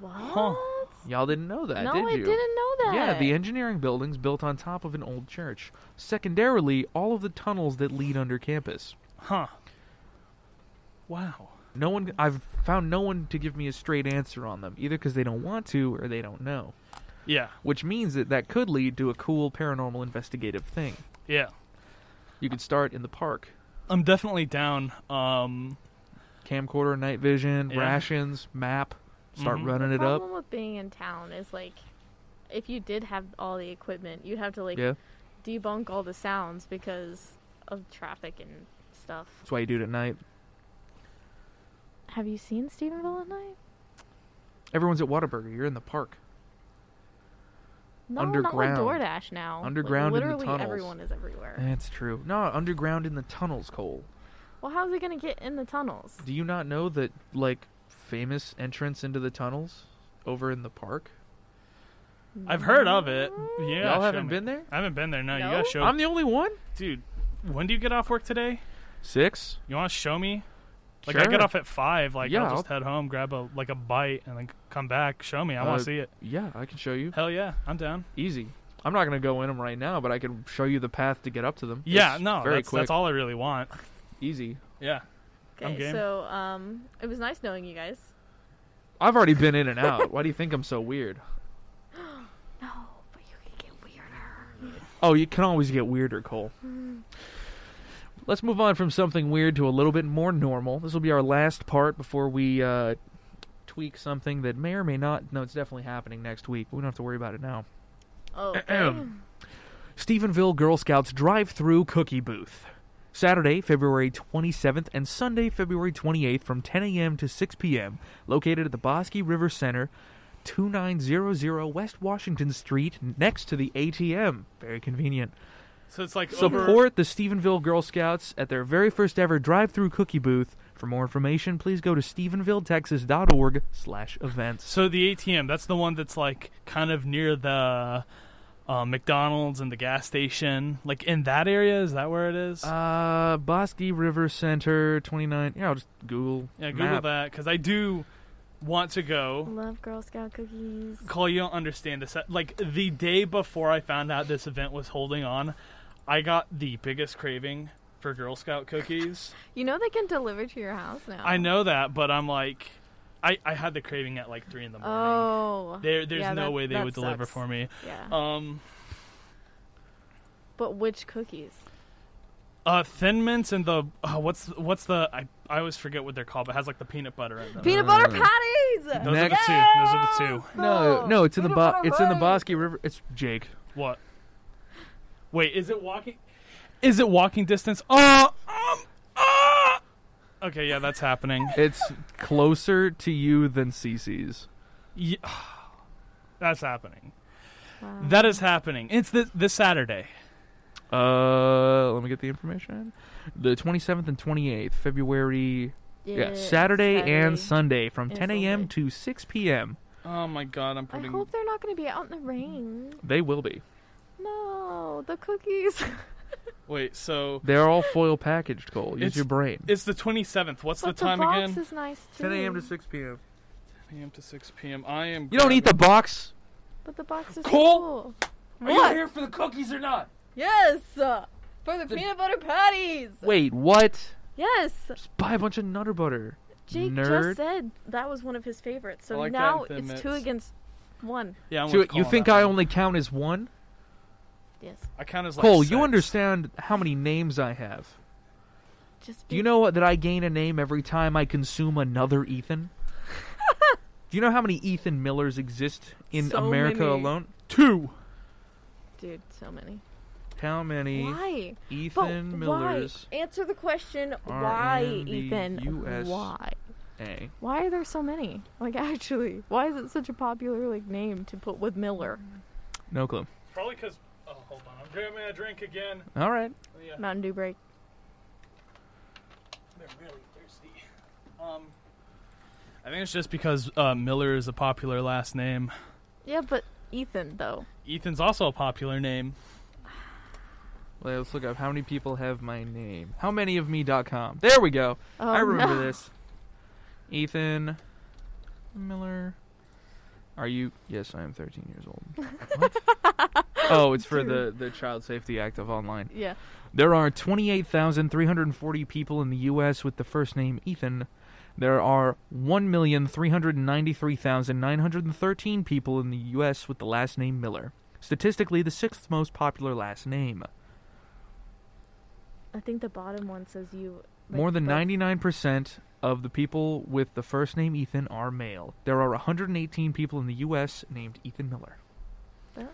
[SPEAKER 3] What?
[SPEAKER 1] Y'all didn't know that,
[SPEAKER 3] no,
[SPEAKER 1] did you?
[SPEAKER 3] I didn't know that.
[SPEAKER 1] Yeah, the engineering building's built on top of an old church. Secondarily, all of the tunnels that lead under campus.
[SPEAKER 2] Huh. Wow.
[SPEAKER 1] No one, I've found no one to give me a straight answer on them, either because they don't want to or they don't know.
[SPEAKER 2] Yeah.
[SPEAKER 1] Which means that that could lead to a cool paranormal investigative thing.
[SPEAKER 2] Yeah.
[SPEAKER 1] You could start in the park.
[SPEAKER 2] I'm definitely down. Um,
[SPEAKER 1] camcorder, night vision,
[SPEAKER 2] Yeah.
[SPEAKER 1] rations, map. Start
[SPEAKER 2] Mhm.
[SPEAKER 1] running
[SPEAKER 3] The
[SPEAKER 1] it
[SPEAKER 3] problem
[SPEAKER 1] up.
[SPEAKER 3] with being in town is like, if you did have all the equipment, you'd have to like
[SPEAKER 1] Yeah,
[SPEAKER 3] debunk all the sounds because of traffic and stuff.
[SPEAKER 1] that's why you do it at night.
[SPEAKER 3] Have you seen Stephenville at night?
[SPEAKER 1] Everyone's at Whataburger. You're in the park.
[SPEAKER 3] No,
[SPEAKER 1] Underground.
[SPEAKER 3] not like DoorDash now. Like,
[SPEAKER 1] Underground in the
[SPEAKER 3] literally
[SPEAKER 1] tunnels.
[SPEAKER 3] everyone is everywhere.
[SPEAKER 1] That's true. No, underground in the tunnels, Cole.
[SPEAKER 3] Well, how's it gonna get in the tunnels?
[SPEAKER 1] Do you not know that like famous entrance into the tunnels over in the park?
[SPEAKER 2] I've heard of it. Yeah.
[SPEAKER 1] Y'all
[SPEAKER 2] show
[SPEAKER 1] haven't
[SPEAKER 2] me.
[SPEAKER 1] been there?
[SPEAKER 2] I haven't been there. No, you
[SPEAKER 3] No?
[SPEAKER 2] gotta show.
[SPEAKER 1] I'm the only one.
[SPEAKER 2] Dude, when do you get off work today?
[SPEAKER 1] Six.
[SPEAKER 2] You want to show me? Like I
[SPEAKER 1] Sure.
[SPEAKER 2] get off at five. Like
[SPEAKER 1] Yeah,
[SPEAKER 2] I'll just head home, grab a like a bite, and then come back. Show me. I want
[SPEAKER 1] Uh,
[SPEAKER 2] to see it.
[SPEAKER 1] Yeah, I can show you.
[SPEAKER 2] Hell yeah, I'm down.
[SPEAKER 1] Easy. I'm not gonna go in them right now, but I can show you the path to get up to them.
[SPEAKER 2] Yeah,
[SPEAKER 1] It's
[SPEAKER 2] no,
[SPEAKER 1] very
[SPEAKER 2] that's,
[SPEAKER 1] quick,
[SPEAKER 2] that's all I really want.
[SPEAKER 1] easy.
[SPEAKER 2] Yeah, I'm
[SPEAKER 3] Okay,
[SPEAKER 2] game.
[SPEAKER 3] so um, it was nice knowing you guys.
[SPEAKER 1] I've already been in and out. Why do you think I'm so weird?
[SPEAKER 3] No, but you
[SPEAKER 1] Oh, you can always get weirder, Cole. Let's move on from something weird to a little bit more normal. This will be our last part before we uh, tweak something that may or may not. No, it's definitely happening next week. But we don't have to worry about it now.
[SPEAKER 3] Oh,
[SPEAKER 1] Stephenville Girl Scouts drive through cookie booth. Saturday, February 27th, and Sunday, February 28th, from 10 a.m. to 6 p.m., located at the Bosky River Center, 2900 West Washington Street, next to the ATM. Very convenient.
[SPEAKER 2] So it's like over-
[SPEAKER 1] Support the Stephenville Girl Scouts at their very first ever drive-through cookie booth. For more information, please go to stephenvilletexas.org slash events.
[SPEAKER 2] So the ATM, that's the one that's like kind of near the uh, McDonald's and the gas station. Like in that area, is that where it is?
[SPEAKER 1] Uh, Bosky River Center, 29... Yeah, I'll just Google
[SPEAKER 2] yeah, Google
[SPEAKER 1] map.
[SPEAKER 2] that because I do want to go.
[SPEAKER 3] love Girl Scout cookies.
[SPEAKER 2] Call you don't understand this. Like the day before I found out this event was holding on, I got the biggest craving for Girl Scout cookies.
[SPEAKER 3] You know they can deliver to your house now.
[SPEAKER 2] I know that, but I'm like, I, I had the craving at like three in the morning.
[SPEAKER 3] Oh.
[SPEAKER 2] there, there's
[SPEAKER 3] yeah,
[SPEAKER 2] no
[SPEAKER 3] that-
[SPEAKER 2] way they
[SPEAKER 3] that
[SPEAKER 2] would deliver
[SPEAKER 3] sucks.
[SPEAKER 2] for me.
[SPEAKER 3] Yeah.
[SPEAKER 2] Um,
[SPEAKER 3] but which cookies?
[SPEAKER 2] Uh, Thin Mints and the uh, what's what's the I, I always forget what they're called, but it has like the peanut butter in
[SPEAKER 1] Uh,
[SPEAKER 2] them.
[SPEAKER 3] Peanut butter patties. Oh,
[SPEAKER 2] Those
[SPEAKER 1] Next-
[SPEAKER 2] are the two. Those are the two.
[SPEAKER 1] No, no, it's in the
[SPEAKER 3] Peanut
[SPEAKER 1] bo-
[SPEAKER 3] butter
[SPEAKER 1] it's in the
[SPEAKER 3] patties.
[SPEAKER 1] Bosky River. It's Jake.
[SPEAKER 2] What? Wait, is it walking? Is it walking distance? Oh, um, ah! Okay, yeah, that's happening.
[SPEAKER 1] It's closer to you than Cece's.
[SPEAKER 2] Ye- that's happening.
[SPEAKER 3] Wow.
[SPEAKER 2] That is happening. It's this this Saturday.
[SPEAKER 1] Uh, let me get the information. The 27th and 28th, February. Yeah, Saturday, and Sunday from
[SPEAKER 3] and
[SPEAKER 1] 10 a.m.
[SPEAKER 3] Sunday.
[SPEAKER 1] to 6 p.m.
[SPEAKER 2] Oh my God, I'm
[SPEAKER 3] I
[SPEAKER 2] putting.
[SPEAKER 3] hope they're not going to be out in the rain.
[SPEAKER 1] They will be.
[SPEAKER 3] No, the cookies.
[SPEAKER 2] Wait, so
[SPEAKER 1] They're all foil packaged, Cole. Use
[SPEAKER 2] It's-
[SPEAKER 1] your brain.
[SPEAKER 2] it's the 27th. What's
[SPEAKER 3] but
[SPEAKER 2] the time
[SPEAKER 3] box
[SPEAKER 2] again?
[SPEAKER 3] is nice too.
[SPEAKER 1] 10 a.m. to 6 p.m.
[SPEAKER 2] 10 a.m. to 6 p.m. I am.
[SPEAKER 1] You don't eat the box.
[SPEAKER 3] But the box is
[SPEAKER 1] Cool.
[SPEAKER 3] cool.
[SPEAKER 1] Are you
[SPEAKER 3] What?
[SPEAKER 1] here for the cookies or not?
[SPEAKER 3] Yes, Uh, for the, peanut butter patties.
[SPEAKER 1] Wait, what?
[SPEAKER 3] Yes,
[SPEAKER 1] Just buy a bunch of Nutter Butter.
[SPEAKER 3] Jake
[SPEAKER 1] Nerd.
[SPEAKER 3] just said that was one of his favorites.
[SPEAKER 2] I
[SPEAKER 3] So
[SPEAKER 2] like that
[SPEAKER 3] now
[SPEAKER 2] Thin
[SPEAKER 3] it's
[SPEAKER 2] Mints.
[SPEAKER 3] two against one.
[SPEAKER 2] Yeah, I'm
[SPEAKER 1] So
[SPEAKER 2] with
[SPEAKER 1] you
[SPEAKER 2] Colin
[SPEAKER 1] think
[SPEAKER 2] on that
[SPEAKER 1] I
[SPEAKER 2] one.
[SPEAKER 1] only count as one?
[SPEAKER 3] Yes,
[SPEAKER 2] I count as like
[SPEAKER 1] Cole,
[SPEAKER 2] six.
[SPEAKER 1] you understand how many names I have.
[SPEAKER 3] just
[SPEAKER 1] Do you know what- that I gain a name every time I consume another Ethan? Do you know how many Ethan Millers exist in
[SPEAKER 3] So
[SPEAKER 1] America
[SPEAKER 3] many.
[SPEAKER 1] alone? Two.
[SPEAKER 3] dude, so many.
[SPEAKER 1] How many
[SPEAKER 3] Why? But
[SPEAKER 1] Ethan
[SPEAKER 3] why?
[SPEAKER 1] Millers?
[SPEAKER 3] Answer the question.
[SPEAKER 1] are
[SPEAKER 3] Why,
[SPEAKER 1] in the
[SPEAKER 3] Ethan?
[SPEAKER 1] US.
[SPEAKER 3] Why?
[SPEAKER 1] A.
[SPEAKER 3] Why are there so many? Like actually, why is it such a popular like name to put with Miller?
[SPEAKER 1] No clue.
[SPEAKER 2] Probably because. Oh, hold on. I'm grabbing a drink again. Oh,
[SPEAKER 1] All right.
[SPEAKER 2] Yeah,
[SPEAKER 3] Mountain Dew break.
[SPEAKER 2] they're really thirsty. Um, I think it's just because uh, Miller is a popular last name.
[SPEAKER 3] Yeah, but Ethan though.
[SPEAKER 2] Ethan's also a popular name.
[SPEAKER 1] Let's look up how many people have my name. How many of me.com. There we go.
[SPEAKER 3] Oh,
[SPEAKER 1] I remember
[SPEAKER 3] no.
[SPEAKER 1] this. Ethan Miller. Are you? Yes, I am 13 years old. What? oh, it's for the, the Child Safety Act of Online.
[SPEAKER 3] Yeah.
[SPEAKER 1] There are 28,340 people in the U.S. with the first name Ethan. There are 1,393,913 people in the U.S. with the last name Miller. Statistically, the sixth most popular last name.
[SPEAKER 3] I think the bottom one says you. like,
[SPEAKER 1] More than
[SPEAKER 3] both.
[SPEAKER 1] 99% of the people with the first name Ethan are male. There are 118 people in the U.S. named Ethan Miller.
[SPEAKER 3] Oh.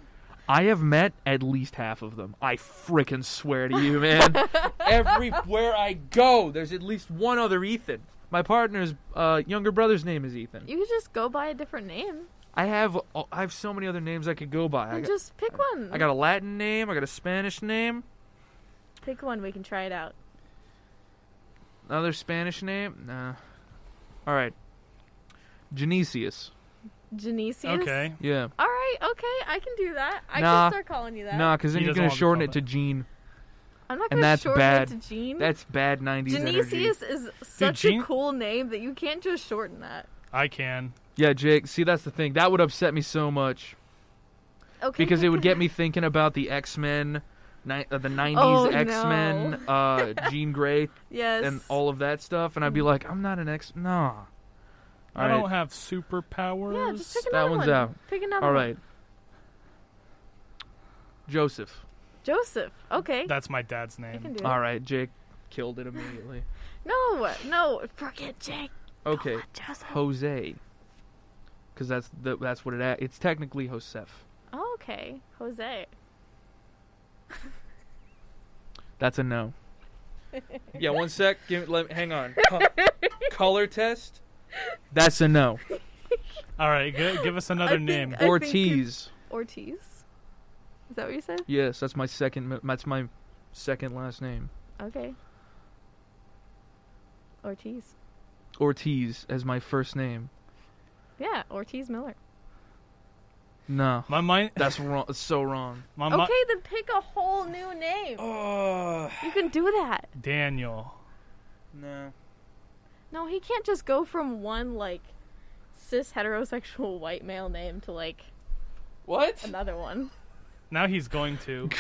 [SPEAKER 1] I have met at least half of them. I frickin' swear to you, man. Everywhere I go, there's at least one other Ethan. My partner's uh, younger brother's name is Ethan.
[SPEAKER 3] You could just go by a different name.
[SPEAKER 1] I have oh, I have so many other names I could go by. I
[SPEAKER 3] And
[SPEAKER 1] got,
[SPEAKER 3] just pick one.
[SPEAKER 1] I got a Latin name. I got a Spanish name.
[SPEAKER 3] pick one. We can try it out.
[SPEAKER 1] Another Spanish name. Nah. All right. Genesius.
[SPEAKER 3] Genesius.
[SPEAKER 2] Okay.
[SPEAKER 1] Yeah.
[SPEAKER 3] All right. Okay. I can do that. I
[SPEAKER 1] Nah.
[SPEAKER 3] can start calling you that.
[SPEAKER 1] Nah, because then
[SPEAKER 2] He
[SPEAKER 1] you're
[SPEAKER 2] doesn't
[SPEAKER 1] gonna
[SPEAKER 2] want to
[SPEAKER 1] shorten
[SPEAKER 2] call
[SPEAKER 1] it to Gene.
[SPEAKER 3] I'm not
[SPEAKER 1] And
[SPEAKER 3] gonna
[SPEAKER 1] that's
[SPEAKER 3] shorten
[SPEAKER 1] bad.
[SPEAKER 3] it to Gene.
[SPEAKER 1] That's bad '90s energy.
[SPEAKER 3] Genesius is such
[SPEAKER 2] Gene-
[SPEAKER 3] a cool name that you can't just shorten that.
[SPEAKER 2] I can.
[SPEAKER 1] Yeah, Jake. See, that's the thing. That would upset me so much
[SPEAKER 3] Okay.
[SPEAKER 1] because it
[SPEAKER 3] pick
[SPEAKER 1] would
[SPEAKER 3] a-
[SPEAKER 1] get me thinking about the X Men, ni- uh, the '90s
[SPEAKER 3] Oh,
[SPEAKER 1] X Men,
[SPEAKER 3] no.
[SPEAKER 1] uh, Jean Grey,
[SPEAKER 3] Yes.
[SPEAKER 1] and all of that stuff, and I'd be like, I'm not an X. Nah. All
[SPEAKER 2] I don't
[SPEAKER 1] right.
[SPEAKER 2] have superpowers.
[SPEAKER 3] Yeah. Just pick
[SPEAKER 1] That
[SPEAKER 3] another
[SPEAKER 1] one's
[SPEAKER 3] one.
[SPEAKER 1] out.
[SPEAKER 3] Pick another.
[SPEAKER 1] All
[SPEAKER 3] one.
[SPEAKER 1] right. Joseph.
[SPEAKER 3] Joseph. Okay.
[SPEAKER 2] That's my dad's
[SPEAKER 3] I can
[SPEAKER 2] name.
[SPEAKER 3] do it.
[SPEAKER 1] All right, Jake killed it immediately.
[SPEAKER 3] No, no, forget Jake.
[SPEAKER 1] Okay,
[SPEAKER 3] Call it Joseph.
[SPEAKER 1] Jose, because that's the that's what it. a- It's technically Joseph.
[SPEAKER 3] Oh, okay, Jose.
[SPEAKER 1] That's a no. yeah, one sec. Give, let, hang on. color test. That's a no.
[SPEAKER 2] All right, g- give us
[SPEAKER 3] I
[SPEAKER 2] another
[SPEAKER 3] think-
[SPEAKER 2] name.
[SPEAKER 3] I-
[SPEAKER 1] Ortiz.
[SPEAKER 3] Ortiz. Is that what you said?
[SPEAKER 1] Yes, that's my second. mi- That's my second last name.
[SPEAKER 3] Okay. Ortiz.
[SPEAKER 1] Ortiz as my first name.
[SPEAKER 3] Yeah, Ortiz Miller.
[SPEAKER 1] No,
[SPEAKER 2] My mind.
[SPEAKER 1] that's wrong. It's so wrong.
[SPEAKER 2] My mi-
[SPEAKER 3] Okay, then pick a whole new name.
[SPEAKER 1] Oh
[SPEAKER 3] You can do that.
[SPEAKER 2] Daniel.
[SPEAKER 1] no.
[SPEAKER 3] No, he can't just go from one like cis heterosexual white male name to like
[SPEAKER 1] What?
[SPEAKER 3] another one.
[SPEAKER 2] Now he's going to.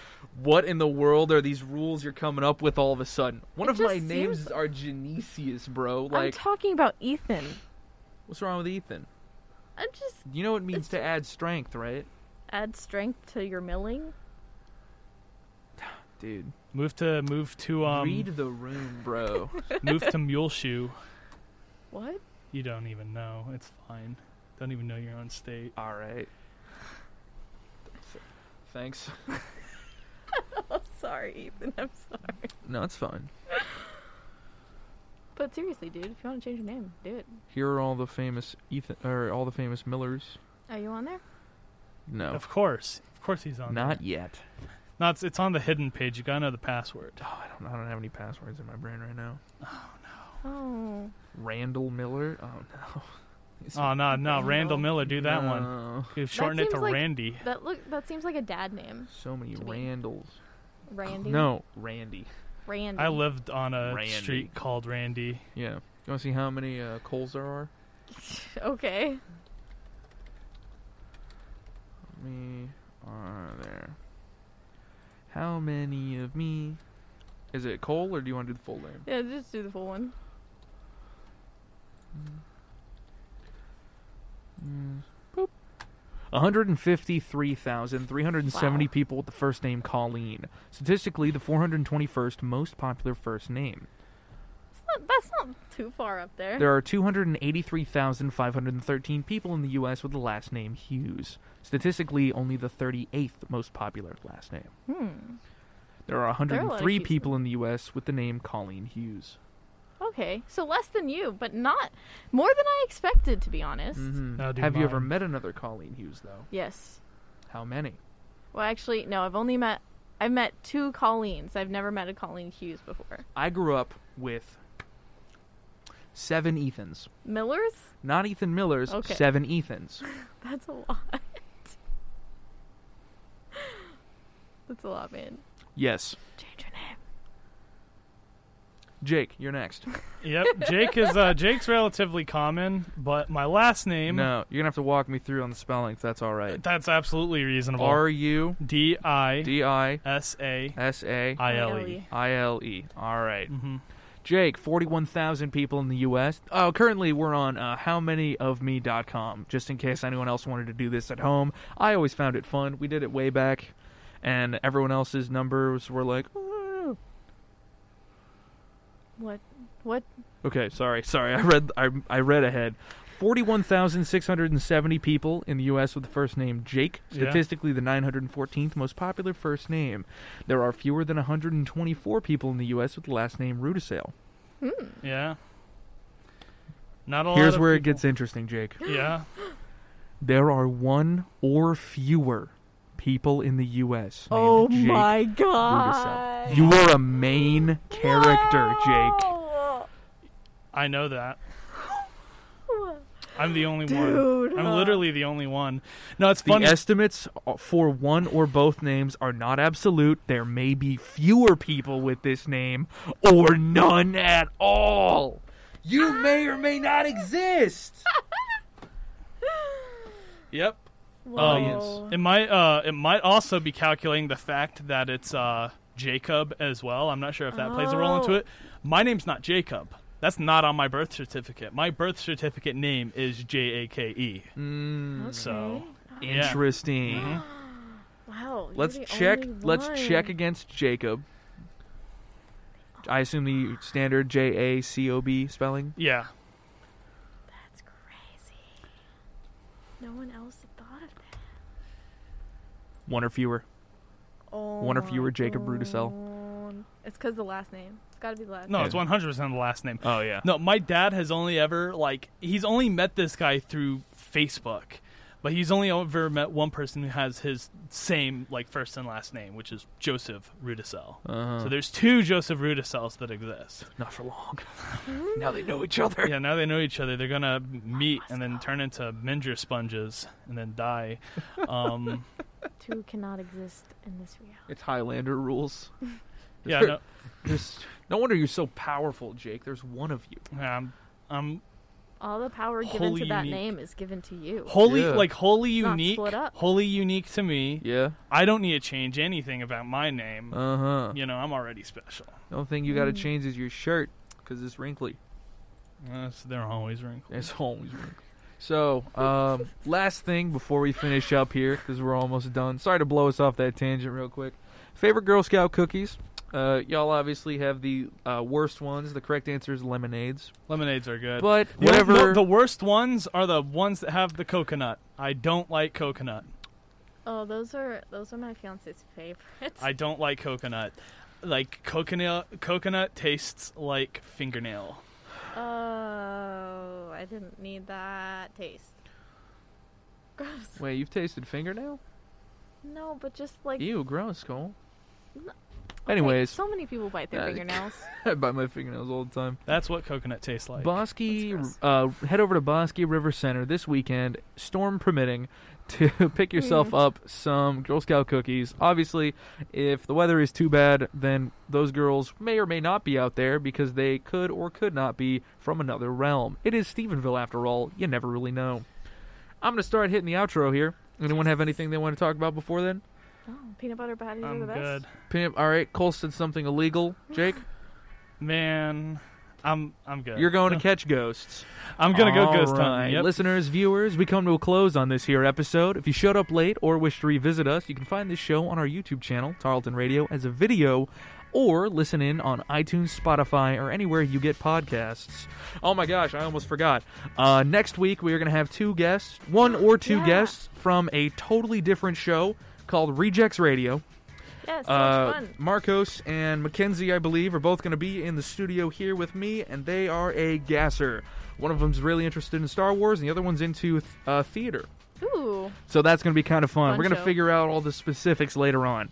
[SPEAKER 1] what in the world are these rules you're coming up with all of a sudden? One
[SPEAKER 3] It
[SPEAKER 1] of my
[SPEAKER 3] just
[SPEAKER 1] names
[SPEAKER 3] seems-
[SPEAKER 1] are Genesius, bro.
[SPEAKER 3] I'm
[SPEAKER 1] Like,
[SPEAKER 3] talking about Ethan.
[SPEAKER 1] what's wrong with Ethan?
[SPEAKER 3] I just
[SPEAKER 1] You know it means
[SPEAKER 3] It's-
[SPEAKER 1] to add strength, right?
[SPEAKER 3] add strength to your milling.
[SPEAKER 1] Dude,
[SPEAKER 2] Move to move to um
[SPEAKER 1] read the room, bro.
[SPEAKER 2] move to mule shoe.
[SPEAKER 3] What?
[SPEAKER 2] You don't even know. It's fine. Don't even know your own state.
[SPEAKER 1] all right. Thanks.
[SPEAKER 3] Oh, sorry, Ethan. I'm sorry.
[SPEAKER 1] No, it's fine.
[SPEAKER 3] But seriously, dude, if you want to change your name, do it.
[SPEAKER 1] Here are all the famous Ethan or all the famous Millers.
[SPEAKER 3] Are you on there?
[SPEAKER 1] No,
[SPEAKER 2] Of course, of course he's on.
[SPEAKER 1] not
[SPEAKER 2] there.
[SPEAKER 1] yet.
[SPEAKER 2] No, it's, it's on the hidden page. You gotta know the password.
[SPEAKER 1] Oh, I don't. I don't have any passwords in my brain right now.
[SPEAKER 3] Oh.
[SPEAKER 1] Randall Miller. Oh no. It's-
[SPEAKER 2] Oh no, no, Randall
[SPEAKER 3] Randall?
[SPEAKER 2] Miller. Do that one.
[SPEAKER 1] No.
[SPEAKER 2] You shorten it to
[SPEAKER 3] seems like-
[SPEAKER 2] Randy.
[SPEAKER 3] That look that seems like a dad name.
[SPEAKER 1] So many
[SPEAKER 3] To me.
[SPEAKER 1] Randalls.
[SPEAKER 3] Randy.
[SPEAKER 1] No, Randy.
[SPEAKER 3] Randy.
[SPEAKER 2] I lived on a
[SPEAKER 1] Randy.
[SPEAKER 2] street called Randy.
[SPEAKER 1] Yeah. You want to see how many uh, Coles there are?
[SPEAKER 3] Okay.
[SPEAKER 1] How many are there? How many of me? Is it Cole or do you want to do the full name?
[SPEAKER 3] Yeah, just do the full one.
[SPEAKER 1] Mm. Boop. 153,370
[SPEAKER 3] Wow.
[SPEAKER 1] people with the first name Colleen. Statistically, the 421st most popular first name.
[SPEAKER 3] It's not, that's not too far up there.
[SPEAKER 1] There are 283,513 people in the U.S. with the last name Hughes. Statistically, only the 38th most popular last name.
[SPEAKER 3] Hmm.
[SPEAKER 1] There are
[SPEAKER 3] There are a lot of
[SPEAKER 1] 103
[SPEAKER 3] Hughes.
[SPEAKER 1] people in the U.S. with the name Colleen Hughes.
[SPEAKER 3] Okay. So less than you, but not more than I expected to be honest.
[SPEAKER 1] Mm-hmm.
[SPEAKER 2] Now do
[SPEAKER 1] Have you ever
[SPEAKER 2] mine.
[SPEAKER 1] met another Colleen Hughes, though?
[SPEAKER 3] Yes.
[SPEAKER 1] How many?
[SPEAKER 3] Well, actually, no, I've only met I've met two Colleens. I've never met a Colleen Hughes before.
[SPEAKER 1] I grew up with seven Ethans.
[SPEAKER 3] Millers?
[SPEAKER 1] Not Ethan Millers,
[SPEAKER 3] Okay.
[SPEAKER 1] seven Ethans.
[SPEAKER 3] That's a lot. That's a lot, man.
[SPEAKER 1] Yes.
[SPEAKER 3] Change your name.
[SPEAKER 1] Jake, you're next.
[SPEAKER 2] Yep, Jake is uh, Jake's relatively common, but my last name.
[SPEAKER 1] No, you're going to have to walk me through on the spelling if that's all right.
[SPEAKER 2] That's absolutely reasonable.
[SPEAKER 1] R U
[SPEAKER 2] D I
[SPEAKER 1] D I
[SPEAKER 2] S A
[SPEAKER 1] S A
[SPEAKER 2] I L E.
[SPEAKER 3] ILE.
[SPEAKER 1] I L E. All right.
[SPEAKER 2] Mhm.
[SPEAKER 1] Jake, 41,000 people in the U.S. Oh, currently, we're on uh, howmanyofme.com, just in case anyone else wanted to do this at home. I always found it fun. We did it way back, and everyone else's numbers were like, "Oh."
[SPEAKER 3] What? What?
[SPEAKER 1] okay, sorry, sorry. I read, I, I read ahead. 41,670 people in the U.S. with the first name Jake,
[SPEAKER 2] Yeah.
[SPEAKER 1] statistically the 914th most popular first name. There are fewer than 124 people in the U.S. with the last name Rudisale.
[SPEAKER 2] Yeah. Not a
[SPEAKER 1] Here's
[SPEAKER 2] lot
[SPEAKER 1] where
[SPEAKER 2] of
[SPEAKER 1] it gets interesting, Jake.
[SPEAKER 2] people- Yeah.
[SPEAKER 1] There are one or fewer people in the U.S. named
[SPEAKER 3] Oh
[SPEAKER 1] Jake
[SPEAKER 3] my
[SPEAKER 1] Rudisell.
[SPEAKER 3] god!
[SPEAKER 1] You are a main character, Jake.
[SPEAKER 3] Wow.
[SPEAKER 2] I know that. I'm the only
[SPEAKER 3] Dude.
[SPEAKER 2] one. I'm literally the only one. No, it's
[SPEAKER 1] The
[SPEAKER 2] funny.
[SPEAKER 1] estimates for one or both names are not absolute. There may be fewer people with this name or none at all. You may or may not exist.
[SPEAKER 2] yep.
[SPEAKER 3] Whoa.
[SPEAKER 2] It might uh it might also be calculating the fact that it's uh Jacob as well. I'm not sure if that plays a role into
[SPEAKER 3] Oh.
[SPEAKER 2] it. My name's not Jacob. That's not on my birth certificate. My birth certificate name is J A K E.
[SPEAKER 1] Mm,
[SPEAKER 3] Okay.
[SPEAKER 2] so,
[SPEAKER 3] Wow.
[SPEAKER 2] Yeah.
[SPEAKER 1] interesting.
[SPEAKER 3] Wow. you're
[SPEAKER 1] mm-hmm. Let's
[SPEAKER 3] the
[SPEAKER 1] check.
[SPEAKER 3] only
[SPEAKER 1] Let's check
[SPEAKER 3] one.
[SPEAKER 1] against Jacob. I assume the standard J A C O B spelling.
[SPEAKER 2] Yeah.
[SPEAKER 3] That's crazy. No one else had thought of that.
[SPEAKER 1] One or fewer.
[SPEAKER 3] Oh.
[SPEAKER 1] One or
[SPEAKER 3] my
[SPEAKER 1] fewer Jacob Rudisell.
[SPEAKER 3] God. Oh, It's because the last name. It's got to be the last.
[SPEAKER 2] No,
[SPEAKER 3] name.
[SPEAKER 2] it's 100% the last name.
[SPEAKER 1] Oh yeah.
[SPEAKER 2] No, my dad has only ever like he's only met this guy through Facebook, but he's only ever met one person who has his same like first and last name, which is Joseph Rudisell.
[SPEAKER 1] Uh-huh.
[SPEAKER 2] So there's two Joseph Rudisells that exist.
[SPEAKER 1] Not for long. now they know each other.
[SPEAKER 2] Yeah, now they know each other. They're gonna meet and then turn into minger sponges and then die. Um,
[SPEAKER 3] Two cannot exist in this reality.
[SPEAKER 1] It's Highlander rules.
[SPEAKER 2] yeah, no,
[SPEAKER 1] Just no wonder you're so powerful, Jake. There's one of you.
[SPEAKER 2] yeah, I'm, I'm
[SPEAKER 3] All the power given
[SPEAKER 2] Wholly
[SPEAKER 3] to that
[SPEAKER 2] unique.
[SPEAKER 3] name is given to you.
[SPEAKER 2] wholly
[SPEAKER 1] Yeah.
[SPEAKER 2] like wholly
[SPEAKER 3] It's not
[SPEAKER 2] unique,
[SPEAKER 3] split up.
[SPEAKER 2] wholly unique to me.
[SPEAKER 1] Yeah.
[SPEAKER 2] I don't need to change anything about my name.
[SPEAKER 1] Uh huh.
[SPEAKER 2] you know, I'm already special.
[SPEAKER 1] The only thing you
[SPEAKER 3] Mm.
[SPEAKER 1] got to change is your shirt because it's wrinkly.
[SPEAKER 2] That's, they're always wrinkled.
[SPEAKER 1] It's always wrinkly. So, um, last thing before we finish up here because we're almost done. Sorry to blow us off that tangent real quick. Favorite Girl Scout cookies. Uh, y'all obviously have the uh, worst ones. The correct answer is lemonades.
[SPEAKER 2] Lemonades are good.
[SPEAKER 1] But
[SPEAKER 2] The only-
[SPEAKER 1] whatever.
[SPEAKER 2] no, the worst ones are the ones that have the coconut. I don't like coconut.
[SPEAKER 3] Oh, those are those are my fiance's favorites.
[SPEAKER 2] I don't like coconut. Like coconut, coconut tastes like fingernail.
[SPEAKER 3] Oh, I didn't need that taste. Gross.
[SPEAKER 1] Wait, you've tasted fingernail?
[SPEAKER 3] No, but just like.
[SPEAKER 1] Ew, gross, Cole.
[SPEAKER 3] No.
[SPEAKER 1] Anyways, Uh,
[SPEAKER 3] so many people bite their
[SPEAKER 1] Yeah, you-
[SPEAKER 3] fingernails.
[SPEAKER 1] I bite my fingernails all the time.
[SPEAKER 2] That's what coconut tastes like.
[SPEAKER 1] Bosky,
[SPEAKER 3] That's
[SPEAKER 1] uh, head over to Bosky River Center this weekend, storm permitting, to pick yourself
[SPEAKER 3] Mm.
[SPEAKER 1] up some Girl Scout cookies. Obviously, if the weather is too bad, then those girls may or may not be out there because they could or could not be from another realm. It is Stephenville, after all. You never really know. I'm gonna start hitting the outro here. Anyone have anything they want to talk about before then?
[SPEAKER 3] oh, peanut butter patties are
[SPEAKER 2] I'm
[SPEAKER 3] the best.
[SPEAKER 2] good,
[SPEAKER 1] Pim- All right, Cole said something illegal. Jake,
[SPEAKER 2] man. I'm I'm good.
[SPEAKER 1] you're going to catch ghosts.
[SPEAKER 2] I'm gonna go
[SPEAKER 1] All
[SPEAKER 2] ghost
[SPEAKER 1] right.
[SPEAKER 2] hunting. Yep.
[SPEAKER 1] Listeners, viewers, we come to a close on this here episode. If you showed up late or wish to revisit us, you can find this show on our YouTube channel, Tarleton Radio, as a video, or listen in on iTunes, Spotify, or anywhere you get podcasts. Oh my gosh, I almost forgot. Uh, next week, we are going to have two guests, one or two
[SPEAKER 3] Yeah.
[SPEAKER 1] guests from a totally different show called Rejects Radio.
[SPEAKER 3] Yes, so
[SPEAKER 1] Uh,
[SPEAKER 3] much fun.
[SPEAKER 1] Marcos and Mackenzie, I believe, are both going to be in the studio here with me, and they are a gasser. One of them's really interested in Star Wars, and the other one's into th- uh, theater.
[SPEAKER 3] Ooh.
[SPEAKER 1] So that's going to be kind of fun.
[SPEAKER 3] Fun
[SPEAKER 1] We're going to
[SPEAKER 3] show.
[SPEAKER 1] figure out all the specifics later on.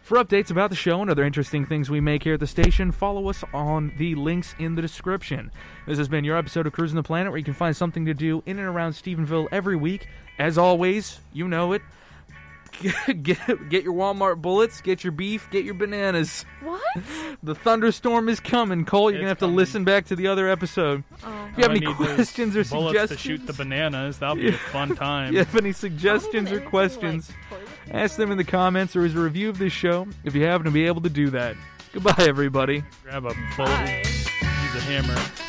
[SPEAKER 1] For updates about the show and other interesting things we make here at the station, follow us on the links in the description. This has been your episode of Cruising the Planet, where you can find something to do in and around Stephenville every week. As always, you know it. Get, get, get your Walmart bullets, get your beef, get your bananas.
[SPEAKER 3] What?
[SPEAKER 1] The thunderstorm is coming, Cole. You're
[SPEAKER 2] It's
[SPEAKER 1] going to have to
[SPEAKER 2] coming.
[SPEAKER 1] listen back to the other episode.
[SPEAKER 3] Oh.
[SPEAKER 1] If you have
[SPEAKER 2] I
[SPEAKER 1] any
[SPEAKER 2] need those
[SPEAKER 1] questions or
[SPEAKER 2] bullets to
[SPEAKER 1] suggestions,
[SPEAKER 2] shoot the bananas. That'll be a fun
[SPEAKER 1] if
[SPEAKER 2] time.
[SPEAKER 1] you have any suggestions or questions, Ask them in the comments or as a review of this show if you happen to be able to do that. Goodbye, everybody.
[SPEAKER 2] Grab a bolt,
[SPEAKER 3] Bye.
[SPEAKER 2] use a hammer.